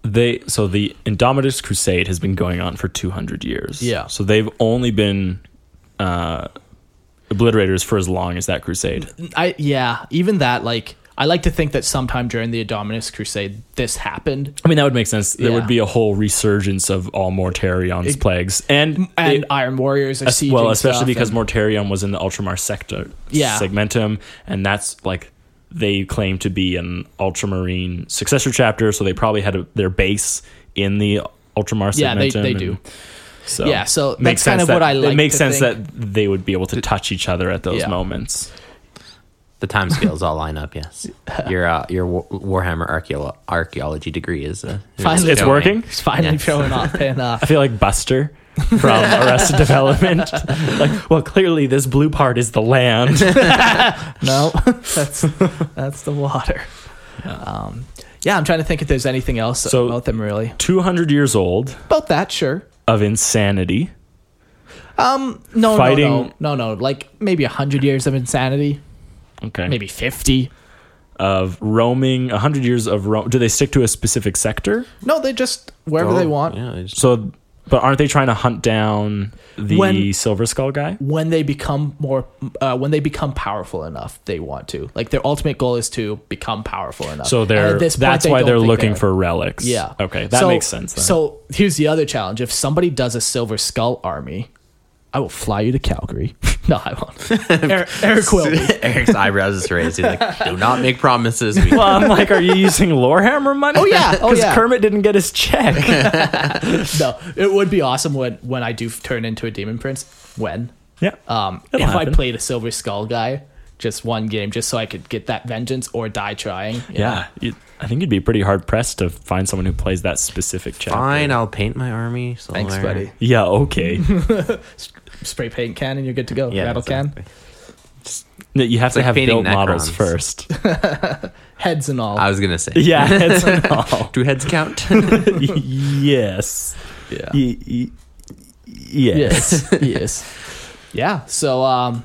C: they so the Indomitus Crusade has been going on for 200 years.
B: Yeah.
C: So they've only been uh obliterators for as long as that crusade.
B: I yeah, even that like I like to think that sometime during the Adominus Crusade this happened
C: I mean that would make sense. There
B: Yeah.
C: would be a whole resurgence of all Mortarion's plagues and
B: and
C: it-
B: Iron Warriors are
C: as-
B: sieging
C: well, especially
B: stuff
C: because
B: and-
C: Mortarion was in the Ultramar sector
B: Yeah.
C: segmentum, and that's like they claim to be an Ultramarine successor chapter, so they probably had a, their base in the Ultramar segmentum.
B: Yeah, they- they
C: and
B: do.
C: So
B: Yeah, so
C: it
B: that's
C: makes
B: kind
C: sense
B: of what
C: that-
B: I like
C: It makes
B: to
C: sense
B: think.
C: that they would be able to touch each other at those
B: Yeah.
C: moments.
D: the time scales all line up. Yes, your uh, your Wa- Warhammer archeolo- archaeology degree is uh,
B: Finally,
C: It's
D: showing.
C: working.
B: It's finally
D: Yes.
B: showing up, and uh,
C: I feel like Buster from Arrested Development. Like, well, clearly this blue part is the land.
B: no, that's that's the water. Um, yeah, I'm trying to think if there's anything else
C: So-
B: about them really.
C: Two hundred years old
B: About that, sure.
C: of insanity.
B: No,
C: Fighting-
B: no, no, no, no. Like maybe hundred years of insanity,
C: Okay.
B: maybe fifty.
C: of roaming 100 years of roam do they stick to a specific sector
B: No, they just wherever
D: Oh,
B: they want.
D: Yeah, they just-
C: so but aren't they trying to hunt down the
B: When-
C: silver skull guy
B: when they become more uh, when they become powerful enough they want to like their ultimate goal is to become powerful enough
C: so
B: And
C: they're
B: at this point,
C: that's
B: they
C: why
B: don't
C: they're
B: think
C: looking
B: are.
C: for relics
B: yeah
C: okay that
B: So-
C: makes sense then.
B: so here's the other challenge if somebody does a silver skull army i will fly you to calgary no i won't eric, eric Quilby.
D: Eric's eyebrows is raised. He's like, "Do not make promises." We-
C: well, I'm like, are you using Lorehammer money?
B: Oh, yeah. Oh, yeah.
C: Kermit didn't get his check.
B: no it would be awesome when when i do f- turn into a demon prince when
C: yeah.
B: um
C: It'll
B: if i
C: happen.
B: played a silver skull guy just one game just so i could get that vengeance or die trying you know?
C: yeah. You- I think you'd be pretty hard pressed to find someone who plays that specific chapter.
D: Fine, I'll paint my army. Somewhere.
B: thanks buddy
C: Yeah. Okay.
B: spray paint can and you're good to go.
D: Yeah,
B: Rattle can,
D: exactly.
C: No, you have to
D: like
C: have
D: painting
C: built models
D: Necrons.
C: first.
B: heads and all.
D: I was gonna say, Oh.
C: yeah. It's an all.
D: do heads count?
C: yes.
B: yeah.
C: Y- y- yes.
B: Yes. yes.
C: Oh.
B: Yeah. So um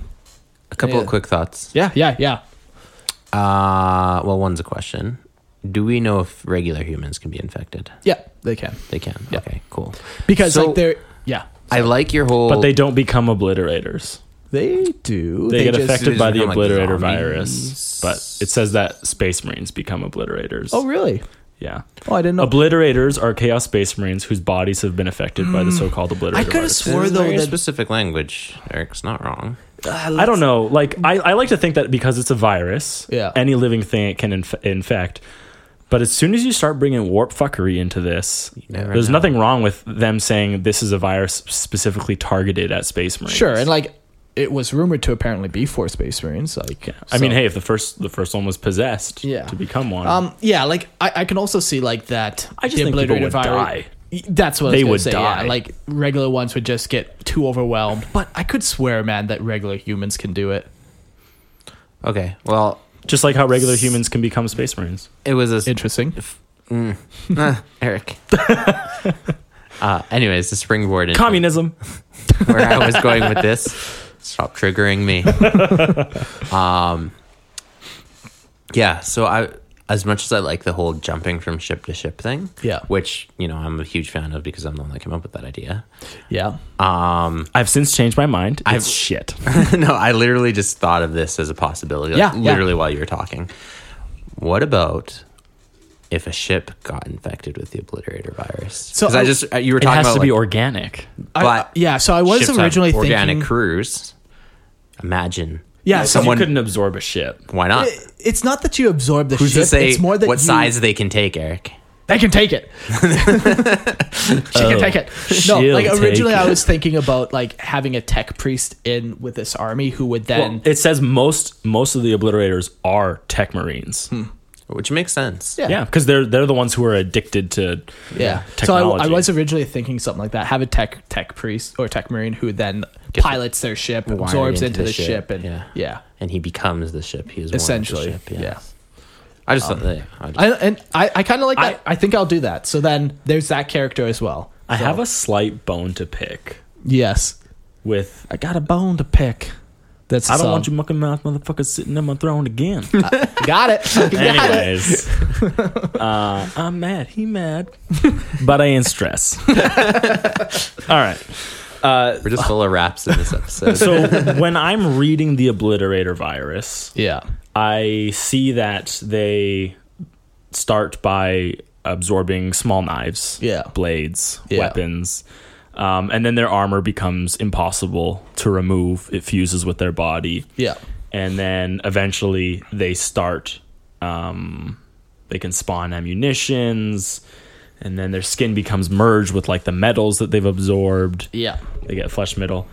D: a couple
B: Yeah.
D: of quick thoughts.
B: yeah, yeah, yeah.
D: Uh, well, one's a question. Do we know if regular humans can be infected?
B: Yeah, they can.
D: They can.
B: Yeah.
D: Okay, cool.
B: Because
D: So-
B: like they're yeah.
D: I like your whole.
C: But they don't become obliterators.
B: They do.
C: They, get
B: just-
C: affected
D: they
C: by the
D: become, like,
C: obliterator
D: zombies.
C: virus. But it says that space marines become obliterators.
B: Oh really?
C: yeah.
B: Oh I didn't know.
C: Obliterators are chaos space marines whose bodies have been affected by the so-called obliterator
B: Mm. I could have
C: virus.
D: This
B: swore
D: is
B: though
D: very
B: that
D: specific language. Eric's not wrong.
C: I don't know. Like I, I like to think that because it's a virus,
B: Yeah.
C: any living thing it can inf- infect. But as soon as you start bringing warp fuckery into this,
D: never
C: there's
D: know.
C: nothing wrong with them saying this is a virus specifically targeted at space marines.
B: sure, and like it was rumored to apparently be four space marines. Like
C: Yeah. I
B: so-
C: mean, hey, if the first the first one was possessed,
B: Yeah.
C: to become one,
B: Um yeah, like I, I can also see like that
C: I just think people would die.
B: That's what I was
C: They
B: gonna
C: would
B: say,
C: die.
B: Yeah, like regular ones would just get too overwhelmed. But I could swear, man, that regular humans can do it.
D: Okay, well,
C: just like how regular humans can become space marines.
D: it was a
B: Interesting.
D: Uh, Eric. uh, anyways, the springboard into
C: Communism.
D: where I was going with this Stop triggering me. um, yeah. So I, as much as I like the whole jumping from ship to ship thing,
B: Yeah.
D: which you know I'm a huge fan of because I'm the one that came up with that idea.
B: Yeah.
D: Um,
C: I've since changed my mind. It's
D: I've-
C: shit.
D: no, I literally just thought of this as a possibility. like,
B: Yeah, yeah.
D: literally while you were talking. What about if a ship got infected with the obliterator virus?
B: So
D: So
B: I-
D: I just uh, you were
C: It
D: talking
C: has
D: about
C: to be
D: like,
C: organic.
B: I-
D: but
B: yeah. So I was
D: ships have
B: originally
D: organic
B: thinking.
D: crews. Imagine
B: yeah.
C: So
B: so
C: you couldn't absorb a ship.
D: why not?
B: it- it's not that you absorb the
D: Who's
B: ship.
D: to say
B: it's more that
D: what
B: you-
D: size they can take, Eric?
B: They can take it. she can take it. No,
C: she'll
B: like
C: take
B: originally, I
C: it.
B: was thinking about like having a tech priest in with this army who would then.
C: it says most most of the obliterators are tech marines.
D: Which makes sense.
B: Hmm. Yeah.
C: Yeah, because they're they're the ones who are addicted to
B: yeah. So I- I,
C: technology.
B: was originally thinking something like that. Have a tech tech priest or tech marine who then pilots their ship, absorbs
D: into
B: into,
D: the
B: the
D: ship,
B: ship, and
D: yeah.
B: yeah.
D: And he becomes the ship. He is one with the
B: Essentially,
D: ship,
B: yeah.
D: I just thought that. I
B: I, and I, I kind of like that. I, think I'll do that. So then there's that character as well.
C: I
B: So-
C: have a slight bone to pick
B: yes.
C: with.
B: I got a bone to pick. That's
C: I don't want you mucking mouth motherfuckers sitting on my throne again.
B: Got it. Fucking got it.
C: Anyways, uh, I'm mad. He mad, but I ain't stress. All right. Uh,
D: we're just full of raps in this episode.
C: so when I'm reading the obliterator virus,
B: Yeah.
C: I see that they start by absorbing small knives,
B: Yeah.
C: blades,
B: Yeah.
C: weapons, um, and then their armor becomes impossible to remove. It fuses with their body,
B: Yeah.
C: and then eventually they start. Um, they can spawn ammunitions, and then their skin becomes merged with like the metals that they've absorbed
B: Yeah.
C: they get flesh middle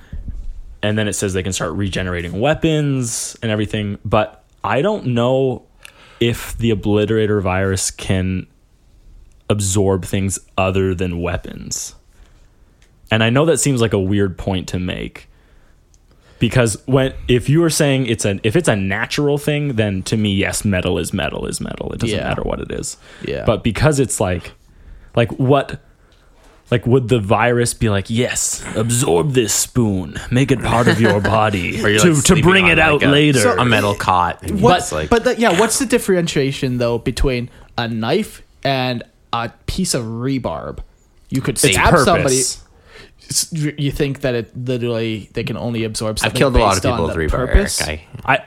C: and then it says they can start regenerating weapons and everything but i don't know if the obliterator virus can absorb things other than weapons and i know that seems like a weird point to make because when if you were saying it's an if it's a natural thing then to me yes metal is metal is metal it doesn't
B: Yeah.
C: matter what it is
B: Yeah.
C: but because it's like like what like would the virus be like yes absorb this spoon make it part of your body
D: Or you're,
C: to, to
D: like, sleeping
C: bring
D: on,
C: it
D: like,
C: out
D: a-
C: later
D: a metal cot. And
B: What,
D: it's like,
B: but the, yeah, what's the differentiation though between a knife and a piece of rebarb? You could
C: it's
B: stab
C: purpose.
B: somebody. S- You think that it literally they can only absorb.
D: I've
B: Something
D: killed a lot of
B: based on
D: people with
B: the
D: rebar.
B: purpose?
D: Eric. I,
C: i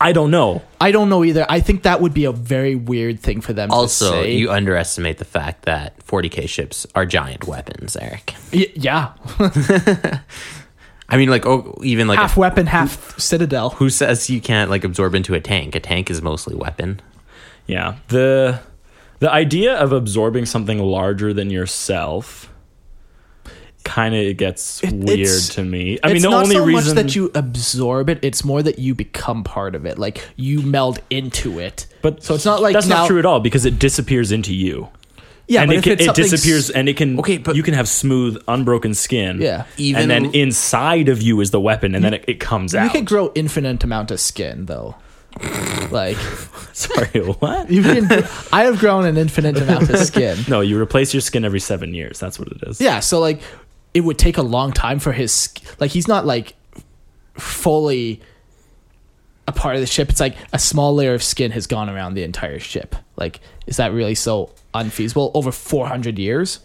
C: i don't know
B: I don't know either. I think that would be a very weird thing for them. to
D: also,
B: say.
D: you underestimate the fact that 40k ships are giant weapons, Eric.
B: Y- yeah,
D: I mean, like, oh, even like,
B: half weapon, half citadel.
D: who says you can't like absorb into a tank? A tank is mostly weapon.
C: yeah the the idea of absorbing something larger than yourself kind of gets weird
B: it's-
C: to me i mean
B: it's
C: the
B: not
C: only
B: so
C: reason
B: much that you absorb it; it's more that you become part of it. Like you meld into it.
C: but
B: so it's not like
C: that's
B: now-
C: not true at all because it disappears into you
B: Yeah,
C: and
B: but
C: it,
B: if
C: can,
B: it's
C: it
B: something s-
C: disappears and it can
D: Okay,
C: okay
D: but-
C: but you can have smooth unbroken skin
B: Yeah.
D: Even-
C: and then inside of you is the weapon and then it, it comes
B: You
C: out
B: could grow infinite amount of skin though. Like
C: sorry what
B: you can, I have grown an infinite amount of skin.
C: no you replace your skin every seven years that's what it is
B: Yeah, so like it would take a long time for his sk- like he's not like fully a part of the ship. It's like a small layer of skin has gone around the entire ship. Like is that really so unfeasible over 400 years?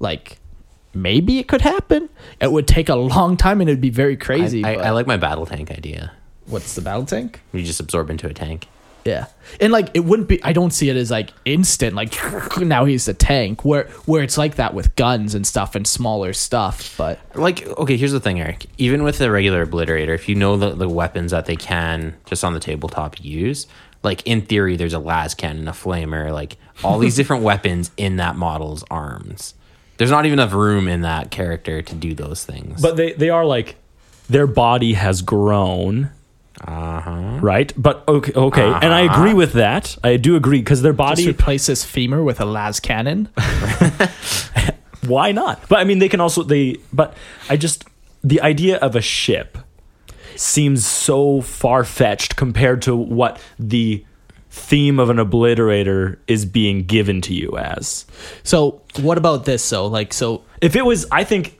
B: Like maybe it could happen. It would take a long time and it'd be very crazy.
D: I, I,
B: but-
D: I like my battle tank idea.
B: what's the battle tank?
D: You just absorb into a tank.
B: Yeah. And like it wouldn't be I don't see it as like instant like now he's a tank where where it's like that with guns and stuff and smaller stuff, but
D: Like, okay, here's the thing, Eric. Even with the regular obliterator, if you know the, the weapons that they can just on the tabletop use, like in theory, there's a las cannon, a flamer, like all these different weapons in that model's arms. There's not even enough room in that character to do those things.
C: but they they are like their body has grown
B: Uh-huh.
C: right but okay okay and i agree with that i do agree because their
B: just
C: body
B: replace his femur with a las cannon.
C: why not but i mean they can also they but i just the idea of a ship seems so far-fetched compared to what the theme of an obliterator is being given to you as
B: So what about this though? Like so
C: if it was i think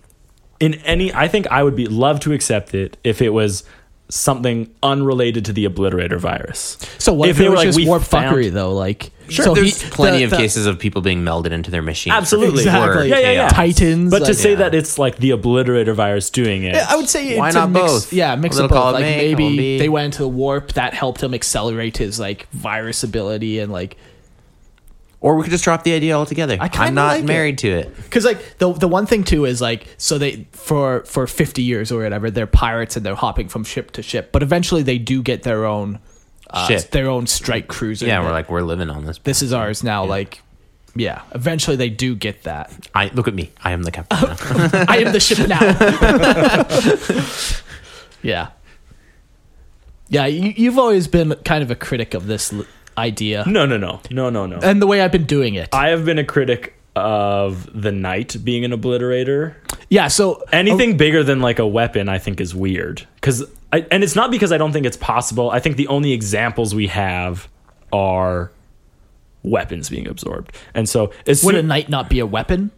C: in any I think I would be love to accept it if it was something unrelated to the obliterator virus.
B: So what if,
C: they
B: it
C: were
B: was
C: like,
B: just
C: "We
B: warp
C: found-"
B: fuckery though? Like
D: Sure,
B: so
D: there's
B: he-
D: plenty
B: the-
D: of
B: the-
D: cases of people being melded into their machines. for
C: Absolutely.
D: pure
B: Exactly.
C: Yeah, yeah, yeah.
D: chaos.
B: Titans.
C: But to
B: like-
C: say that it's like the obliterator virus doing it.
B: Yeah, I would say
D: Why
B: it's a
D: not
B: mix,
D: both?
B: Yeah, mix of
D: A little
B: both.
D: column
B: Like
D: A, column
B: maybe
D: B.
B: they went into the warp that helped him accelerate his like virus ability and like
D: Or we could just drop the idea altogether. I
B: kinda
D: am not
B: like it.
D: married to it.
B: because like the the one thing too is like so they for for fifty years or whatever they're pirates and they're hopping from ship to ship, but eventually they do get their own uh,
D: Ship.
B: their own strike cruiser.
D: Yeah, we're
B: that-
D: like we're living on this.
B: this is ours now. Like yeah, eventually they do get that.
D: I look at me. I am the captain. now.
B: I am the ship now. yeah. Yeah, you, you've always been kind of a critic of this l- idea
C: no, no, no. No, no, no.
B: and the way I've been doing it.
C: Mm. I have been a critic of the knight being an obliterator.
B: yeah, so
C: Anything bigger than like a weapon, I think, is weird. Because and it's not because I don't think it's possible. I think the only examples we have are weapons being absorbed, and so as
B: would a
C: soon-
B: knight not be a weapon?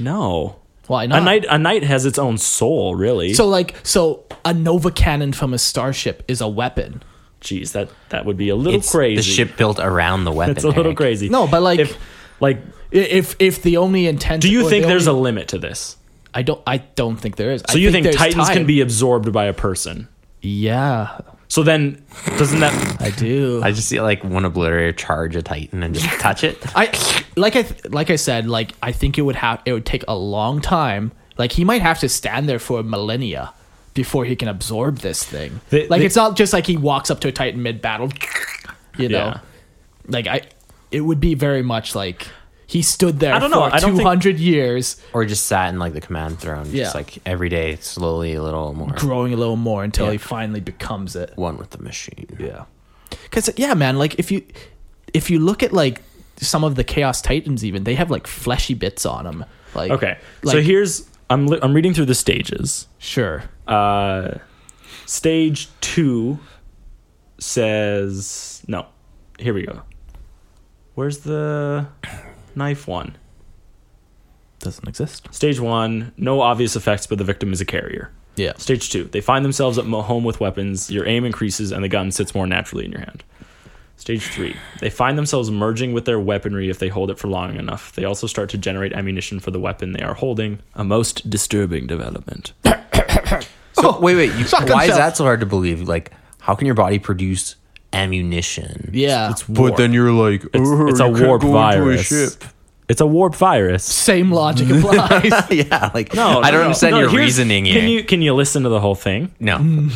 C: no.
B: Why
C: A
B: not?
C: knight, a knight has its own soul, really.
B: So like so a nova cannon from a starship is a weapon.
C: Jeez, that that would be a little
D: It's
C: crazy.
D: the ship built around the weapon.
C: It's a little
D: Eric.
C: crazy.
B: No, but, like-
C: if, like,
B: I- If if the only intent
C: do you think there's a limit to this?
B: a I don't I don't think there is.
C: So you think, Titans can
B: time.
C: be absorbed by a person?
B: Yeah,
C: So then, doesn't that?
B: I do.
D: I just see like one obliterator charge a titan and just touch it.
B: I like I th- like I said, like I think it would have it would take a long time. Like he might have to stand there for millennia before he can absorb this thing.
C: They-
B: like
C: they-
B: it's not just like he walks up to a titan mid battle, you know.
C: Yeah.
B: Like I, it would be very much like he stood there
C: I don't
B: for
C: know. I don't
B: two
C: think-
B: hundred years,
D: Or just sat in like the command throne,
B: Yeah.
D: just like every day, slowly a little more
B: growing a little more until
D: Yeah.
B: he finally becomes it.
D: one with the machine.
B: Yeah. Cause yeah, man, like if you if you look at like some of the Chaos Titans, even they have like fleshy bits on them. Like
C: Okay, so
B: like-
C: here's I'm li- I'm reading through the stages.
B: sure.
C: Uh, stage two says no. Here we go. Where's the knife one?
B: doesn't exist.
C: Stage one, no obvious effects, but the victim is a carrier.
B: Yeah.
C: Stage two, they find themselves at mo- home with weapons. Your aim increases and the gun sits more naturally in your hand. Stage three, they find themselves merging with their weaponry if they hold it for long enough. They also start to generate ammunition for the weapon they are holding. A most disturbing development. Oh,
D: So wait, wait, you,
B: Shotgun
D: why is
B: shells.
D: that so hard to believe? Like, how can your body produce ammunition?
B: Yeah.
C: It's warp.
D: you're like,
C: it's, it's a warp virus. It's a warp virus.
B: Same logic applies.
D: yeah, like
C: No,
D: I don't
C: no,
D: understand
C: no,
D: your
C: here's-
D: reasoning here.
C: Can you can you listen to the whole thing?
D: no, I'm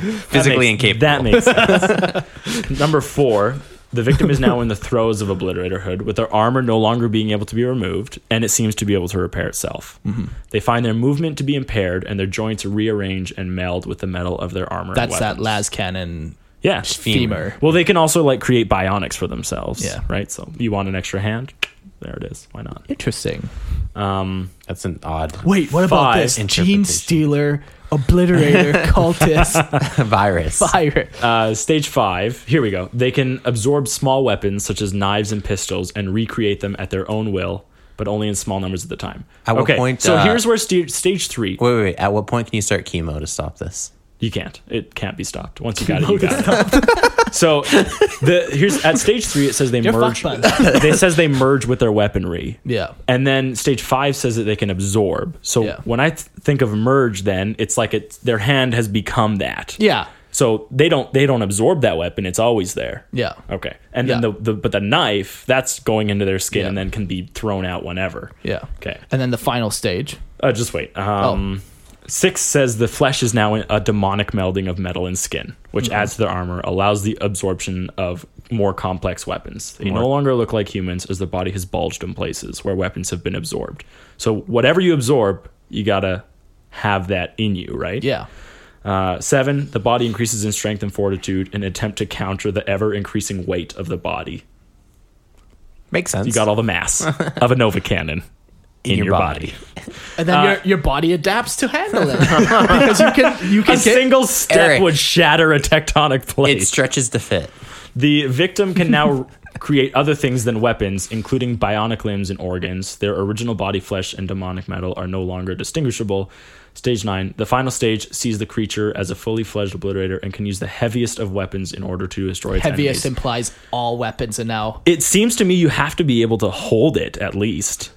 D: physically
C: makes-
D: incapable.
C: That makes sense. Number four, the victim is now in the throes of obliteratorhood, with their armor no longer being able to be removed, and it seems to be able to repair itself.
D: Mm-hmm.
C: They find their movement to be impaired, and their joints rearrange and meld with the metal of their armor. and
B: That's that
C: weapons.
B: las cannon
C: Yeah.
B: femur.
C: Well, they can also like create bionics for themselves.
B: Yeah.
C: Right. So you want an extra hand? There it is. Why not?
B: Interesting.
C: Um,
D: That's an odd
B: Wait, what
C: Five
B: about this? Gene
D: interpretation.
B: stealer, obliterator, cultist,
D: virus.
B: pirate.
C: Uh, stage five. Here we go. They can absorb small weapons such as knives and pistols and recreate them at their own will, but only in small numbers at the time.
D: At what point,
C: So
D: uh,
C: here's where sta- stage three.
D: Wait, wait, wait. At what point can you start chemo to stop this?
C: You can't. It can't be stopped. Once you got it, you got it. so the here's at stage three. It says they
B: You're
C: merge.
B: fucked,
C: it says they merge with their weaponry.
B: Yeah.
C: And then stage five says that they can absorb. So
B: Yeah.
C: when I th- think of merge, then it's like it's their hand has become that.
B: Yeah.
C: So they don't they don't absorb that weapon. It's always there.
B: Yeah.
C: Okay. And
B: Yeah.
C: then the, the but the knife that's going into their skin
B: Yeah.
C: and then can be thrown out whenever.
B: Yeah. Oh.
C: Okay.
B: And then the final stage.
C: Uh, just wait. Um, Six says the flesh is now a demonic melding of metal and skin, which
B: Mm-hmm.
C: adds to their armor, allows the absorption of more complex weapons. They no longer look like humans as the body has bulged in places where weapons have been absorbed. So whatever you absorb, you gotta have that in you, right?
B: Yeah.
C: Uh, seven, the body increases in strength and fortitude in an attempt to counter the ever increasing weight of the body.
D: Makes sense.
C: You got all the mass of a Nova Cannon in, your, body.
B: And then your your body adapts to handle it. because you can you
C: A
B: can get
C: single step
D: Eric.
C: would shatter a tectonic plate.
D: It stretches to fit.
C: the victim can now create other things than weapons, including bionic limbs and organs. Their original body flesh and demonic metal are no longer distinguishable. Stage 9. The final stage sees the creature as a fully fledged obliterator and can use the heaviest of weapons in order to destroy its
B: Heaviest
C: enemies.
B: implies all weapons and now.
C: it seems to me you have to be able to hold it at least.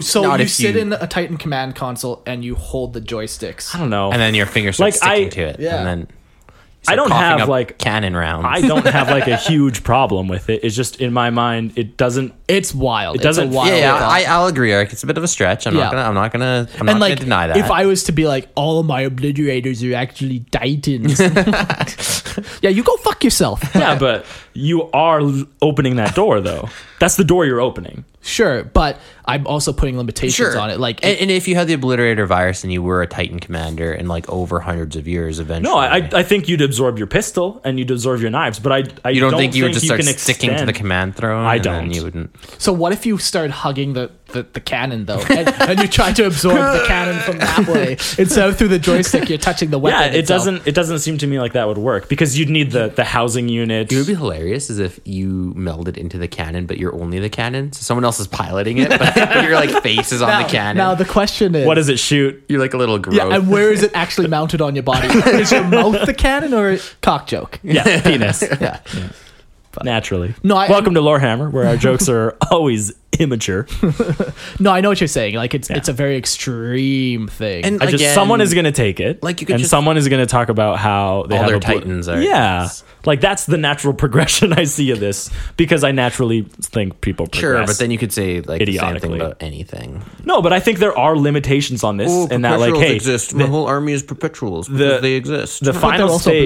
B: So
D: Not
B: you
D: if
B: sit
D: you-
B: in a Titan command console and you hold the joysticks.
C: I don't know.
D: and then your fingers start
C: Like,
D: sticking
C: I-
D: to it.
B: Yeah.
D: And then
C: I don't
D: coughing
C: have
D: up
C: like
D: cannon rounds.
C: I don't have like a huge problem with it. It's just in my mind it doesn't
B: It's wild. It
C: doesn't-
B: It's a wild
D: yeah, yeah,
B: thought.
D: I, I'll agree, Eric. It's a bit of a stretch. I'm
B: Yeah.
D: not gonna. I'm not gonna. I'm not
B: and like,
D: gonna deny that.
B: if I was to be like, all of my obliterators are actually titans. yeah, you go fuck yourself.
C: Yeah, but you are l- opening that door though. That's the door you're opening.
B: Sure, but I'm also putting limitations on it. Like,
D: and, and if you had the obliterator virus and you were a Titan commander in like over hundreds of years, eventually,
C: No, I, I- I think you'd absorb your pistol and you'd absorb your knives, but I, I
D: you don't, think you would just start
C: can
D: sticking to
C: extend-
D: the command throne?
C: I
D: and then
C: don't.
D: you wouldn't.
B: so what if you start hugging the, the, the cannon though, and, and you try to absorb the cannon from that way instead of through the joystick? You're touching the weapon.
C: Yeah, it
B: itself.
C: doesn't it doesn't seem to me like that would work because you'd need the the housing unit.
D: It would be hilarious is if you melded into the cannon, but you're only the cannon. So someone else is piloting it, but, but your like face is on the cannon.
B: Now the question is,
C: What does it shoot?
D: you're like a little growth.
B: yeah, and where is it actually mounted on your body? is your mouth the cannon or cock joke?
C: Yeah, penis.
B: Yeah.
C: Naturally.
B: No, I-
C: Welcome to Lorehammer, where our jokes are always immature.
B: No, I know what you're saying. Like it's it's
C: Yeah.
B: a very extreme thing.
D: And
C: I just
D: Again,
C: someone is going to take it,
D: like, you could
C: and
D: just-
C: someone is going to talk about how they
D: All
C: have
D: their
C: a bl-
D: titans are-
C: Yeah, like that's the natural progression I see of this because I naturally think people
D: sure,
C: progress.
D: but then you could say like the same thing
C: Idiotically.
D: about anything.
C: no, but I think there are limitations on this, and that like hey,
D: My whole army is perpetuals.
C: because they
D: they exist.
C: the
B: but they're
C: final
B: also
C: stage.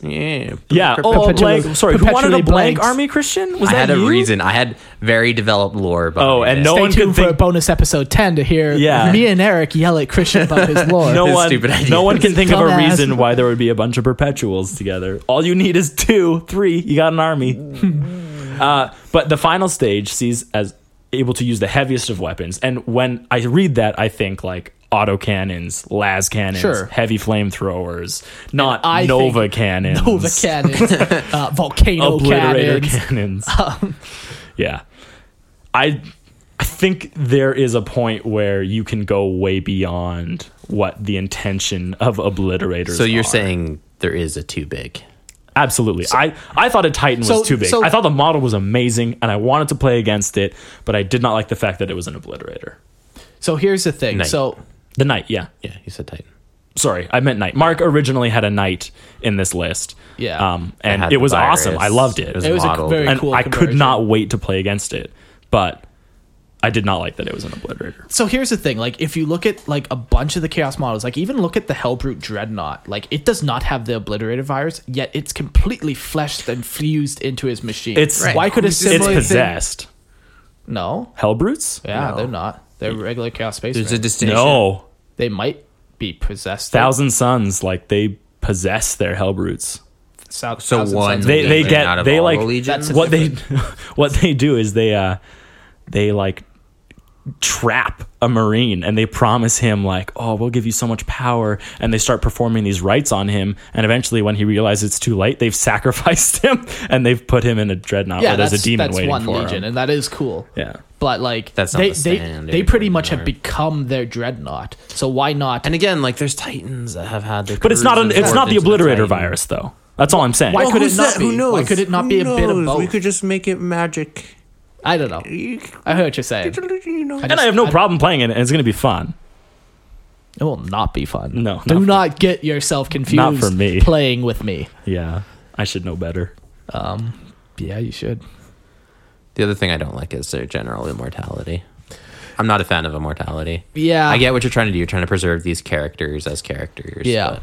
B: blanks.
D: yeah.
C: Yeah. Oh,
B: Perpetually-
C: blank. Sorry, who wanted
B: perpetually
C: a blank
B: blanks.
C: army? Christian was
D: I
C: that
D: had a
C: you?
D: reason. I had very developed lore. Behind
C: Oh, and
D: it.
C: no
B: Stay
C: one
B: tuned
C: could
B: for a
C: think.
B: bonus episode ten to hear
C: Yeah.
B: me and Eric yell at Christian about his lore.
C: No
D: His
C: one,
D: stupid
C: no
D: ideas.
C: one can think of a
B: Dumbass.
C: reason why there would be a bunch of perpetuals together. All you need is two, three. You got an army.
B: Mm.
C: uh, but the final stage sees as able to use the heaviest of weapons. And when I read that, I think like auto cannons, las cannons,
B: Sure.
C: heavy flamethrowers, not
B: I
C: nova
B: think
C: cannons,
B: Nova cannons, uh, volcano
C: obliterator
B: cannons. Um,
C: cannons. yeah, I I think there is a point where you can go way beyond what the intention of obliterators.
D: So you're
C: are.
D: saying there is a too big.
C: absolutely? I I thought a Titan was
B: So-
C: too big.
B: so-
C: I thought the model was amazing, and I wanted to play against it, but I did not like the fact that it was an obliterator.
B: So here's the thing.
D: Knight.
B: So
C: The knight, yeah.
D: Yeah, you said Titan.
C: Sorry, I meant knight. Mark originally had a knight in this list.
B: Yeah.
C: um, and
D: had
C: it
D: the
C: was
D: virus.
C: awesome. I loved it.
D: It was
B: it was a
D: modeled.
B: very
C: and
B: cool.
C: I could
B: conversion.
C: not wait to play against it, but I did not like that it was an obliterator.
B: So here's the thing. Like if you look at like a bunch of the chaos models, like even look at the Hellbrute Dreadnought. Like it does not have the obliterator virus, yet it's completely fleshed and fused into his machine.
C: It's
B: why could a
D: It's
C: it's
B: similar thing-
C: possessed.
B: No.
C: Hellbrutes?
B: Yeah, they're not. They're regular chaos space.
D: There's a
B: marines.
D: distinction.
C: No,
B: they might be possessed.
C: Thousand Sons like they possess their Hellbrutes.
B: Thou-
D: So
B: Thousand
D: one
B: Suns.
C: They- they
D: legion
C: get-
D: out of
C: they
D: all
C: like-
D: the legions?
B: That's a
C: what they what they do is they uh they like trap a marine and they promise him like oh we'll give you so much power and they start performing these rites on him and eventually when he realizes it's too late they've sacrificed him and they've put him in a dreadnought
B: yeah,
C: where there's
B: that's,
C: a demon
B: that's
C: waiting
B: one
C: for
B: legion,
C: him
B: and that is cool.
C: yeah
B: But like
D: That's not
B: they
D: the
B: they,
D: standard
B: they pretty much
D: anymore.
B: have become their dreadnought. So why not?
D: And again, like there's Titans that have had their.
C: but it's not an, it's not the obliterator
D: Titan.
C: virus though that's all i'm saying
B: Why
C: Well,
B: could it not be? Why could it not be a bit of both?
D: just make it magic.
B: I don't know. I heard what you're saying.
D: You know.
C: and i have no problem playing it and it's going to be fun
B: It will not be fun.
C: No,
B: do
C: not for-
B: not get yourself confused.
C: Not for me.
B: Playing with me.
C: yeah i should know better
B: Um, yeah, you should.
D: The other thing I don't like is their general immortality. I'm not a fan of immortality.
B: Yeah.
D: I get what you're trying to do. You're trying to preserve these characters as characters.
B: Yeah.
D: but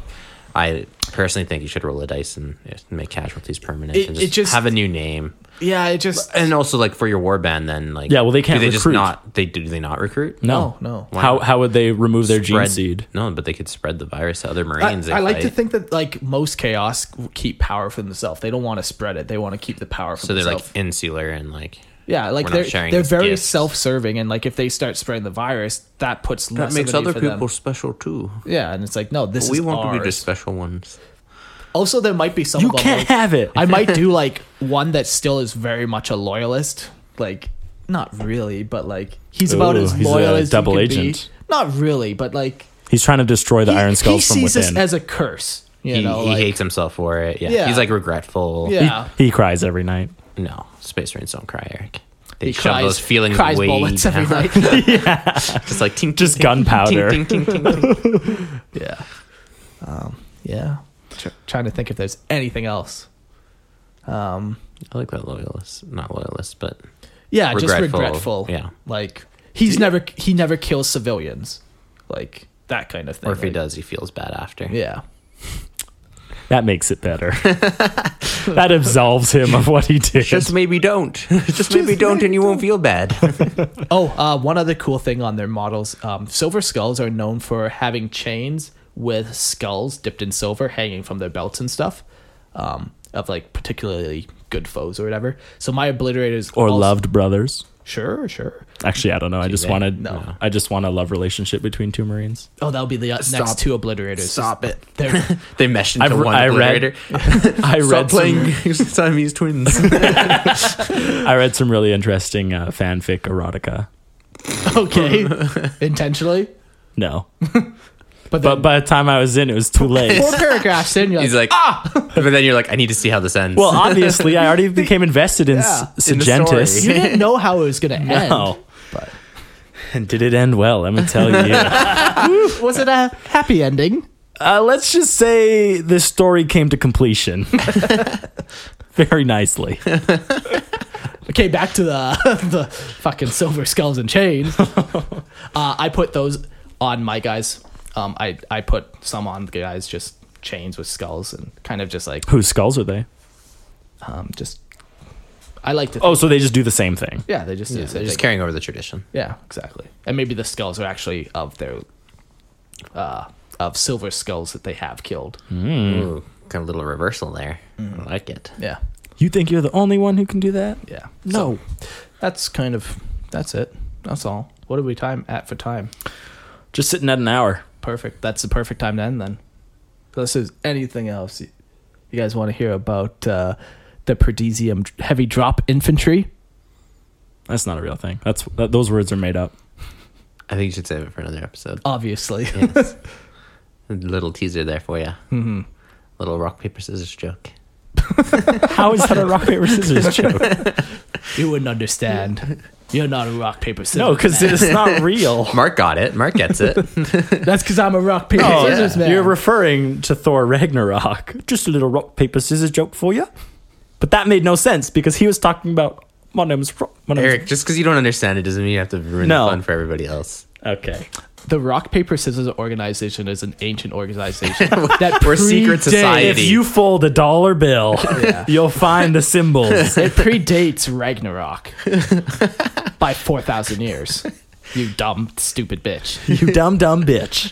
D: I personally think you should roll a dice and yeah, make casualties permanent.
B: It-
D: and
B: it just-
D: have a new name.
B: Yeah, it just
D: And also, like for your warband, then like
C: Yeah, well, they can't
D: do they
C: recruit.
D: just not they do they not recruit?
C: no
B: No, no.
C: how how would they remove their gene
D: Spread-
C: seed
D: No, but they could spread the virus to other
B: I,
D: Marines.
B: I
D: they
B: like to
D: fight.
B: think that like most chaos keep power for themselves. They don't want to spread it. They want to keep the power for
D: so they're
B: themselves.
D: like insular and like
B: Yeah, like
D: We're not
B: they're
D: sharing
B: they're
D: these
B: very
D: gifts.
B: self-serving, and like if they start spreading the virus, that puts less of a need for them.
D: special too.
B: Yeah, and it's like no, this is ours.
D: special ones.
B: Also, there might be some.
C: You
B: of them,
C: can't
B: like-
C: have it.
B: I might do like one that still is very much a loyalist. Like, not really, but like he's about
C: Ooh,
B: as
C: he's
B: loyal
C: a
B: as
C: double
B: he can
C: agent.
B: Be. Not really, but like
C: He's trying to destroy the
B: he,
C: Iron
B: he
C: Skulls from
B: sees
C: within.
B: this as a curse. You
D: he,
B: know,
D: he
B: like,
D: hates himself for it. Yeah.
B: Yeah.
D: He's like regretful.
B: Yeah.
C: He- he, cries every night.
D: No, Space Marines don't cry, Eric. They
B: he
D: shove
B: cries,
D: those feelings
B: cries
D: way
B: bullets
D: down.
B: every night.
D: Just like tink,
C: Just
D: tink, tink,
C: gunpowder.
D: tink, tink, tink, tink, tink.
B: yeah, um, yeah. Tr- trying to think if there's anything else. Um,
D: I like that loyalist, not loyalist, but
B: yeah, just
D: Regretful,
B: regretful.
D: yeah.
B: like he's never he never kills civilians, like that kind of thing.
D: or if he
B: like-
D: does, he feels bad after.
B: yeah.
C: That makes it better. that absolves him of what he did.
D: Just maybe don't. Just maybe don't, and you won't feel bad.
B: Oh, uh, one other cool thing on their models um, Silver skulls are known for having chains with skulls dipped in silver hanging from their belts and stuff um, of like particularly good foes or whatever. So my obliterators
C: or
B: also-
C: loved brothers.
B: Sure, sure.
C: Actually, I don't know. I just wanted.
B: No.
C: I just want a love relationship between two Marines.
B: Oh, that'll be the uh, next
D: Stop.
B: two obliterators.
D: it.
B: They're,
D: They meshed into
C: I've re-
D: one
C: I read-
D: obliterator.
C: I read some.
D: Siamese twins.
C: I read some really interesting uh, fanfic erotica.
B: okay, intentionally.
C: No,
B: But,
C: but
B: then
C: by the time I was in, it was too late.
B: four paragraphs in, you're like,
D: He's like, ah! But then you're like, I need to see how this ends.
C: well, obviously, I already became invested in
B: Yeah,
C: S-
D: in the story.
C: Sergentis.
B: you didn't know how it was going to
C: No.
B: end. But
C: And did it end well? Let me tell you.
B: was it a happy ending?
C: uh, let's just say this story came to completion very nicely.
B: Okay, back to the the fucking silver skulls and chains. uh, I put those on my guys. Um, I I put some on the guys just chains with skulls and kind of just like
C: Whose skulls are they?
B: um just. I like to.
C: Oh, so they just do the same thing.
B: yeah, they just do
D: Yeah,
B: the same
D: they're just
B: thing.
D: carrying over the tradition.
B: yeah, exactly. And maybe the skulls are actually of their uh of silver skulls that they have killed.
C: Hmm.
D: Ooh, kind of little reversal there.
B: Hmm.
D: I like it.
B: Yeah,
C: You think you're the only one who can do that?
B: yeah. So
C: No.
B: that's kind of that's it. That's all. What are we time at for time?
C: Just sitting at an hour.
B: Perfect. That's the perfect time to end then. Unless there's anything else you you guys want to hear about uh, the Perdesium d- heavy drop infantry.
C: That's not a real thing. That's that, those words are made up.
D: I think you should save it for another episode.
B: Obviously.
D: Yes. A little teaser there for you.
C: Mm-hmm.
B: Mhm.
D: Little rock, paper, scissors joke.
C: How is that a rock paper scissors joke?
B: you wouldn't understand. You're not a rock, paper, scissors.
C: No, because
B: man.
C: it's not real.
D: Mark got it. Mark gets it.
B: That's because I'm a rock, paper,
C: Oh,
B: scissors man.
C: You're referring to Thor Ragnarok. Just a little rock paper scissors joke for you. But that made no sense because he was talking about my name's Ro- my name's
D: Eric, just because you don't understand it doesn't mean you have to ruin
C: No.
D: the fun for everybody else.
C: Okay.
B: the rock, paper, scissors organization is an ancient organization that
D: We're a secret
B: predates-
D: society.
C: If you fold a dollar bill, you'll find the symbols.
B: It predates Ragnarok by 4,000 years. You dumb, stupid bitch.
C: You dumb dumb bitch.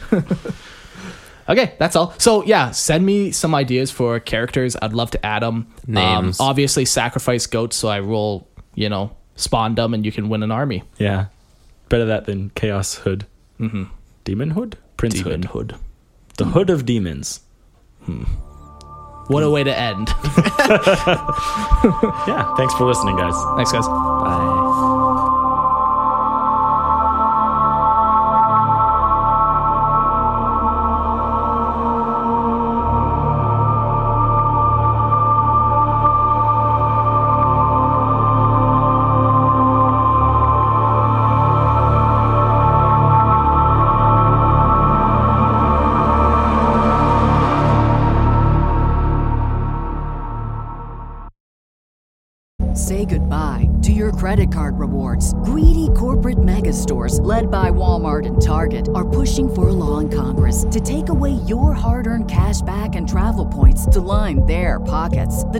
B: Okay, that's all. So yeah, send me some ideas for characters. I'd love to add them.
D: Names.
B: obviously, sacrifice goats. So I roll, you know, spawn them, and you can win an army.
C: Yeah. Better that than Chaos Hood. Mm-hmm. Demon Hood? Prince
B: Demon
C: Hood. The Hood of Demons.
B: What a way to end.
C: Yeah. Thanks for listening, guys.
B: Thanks, guys.
D: Bye.
E: Say goodbye to your credit card rewards. Greedy corporate mega stores, led by Walmart and Target, are pushing for a law in Congress to take away your hard earned cash back and travel points to line their pockets. The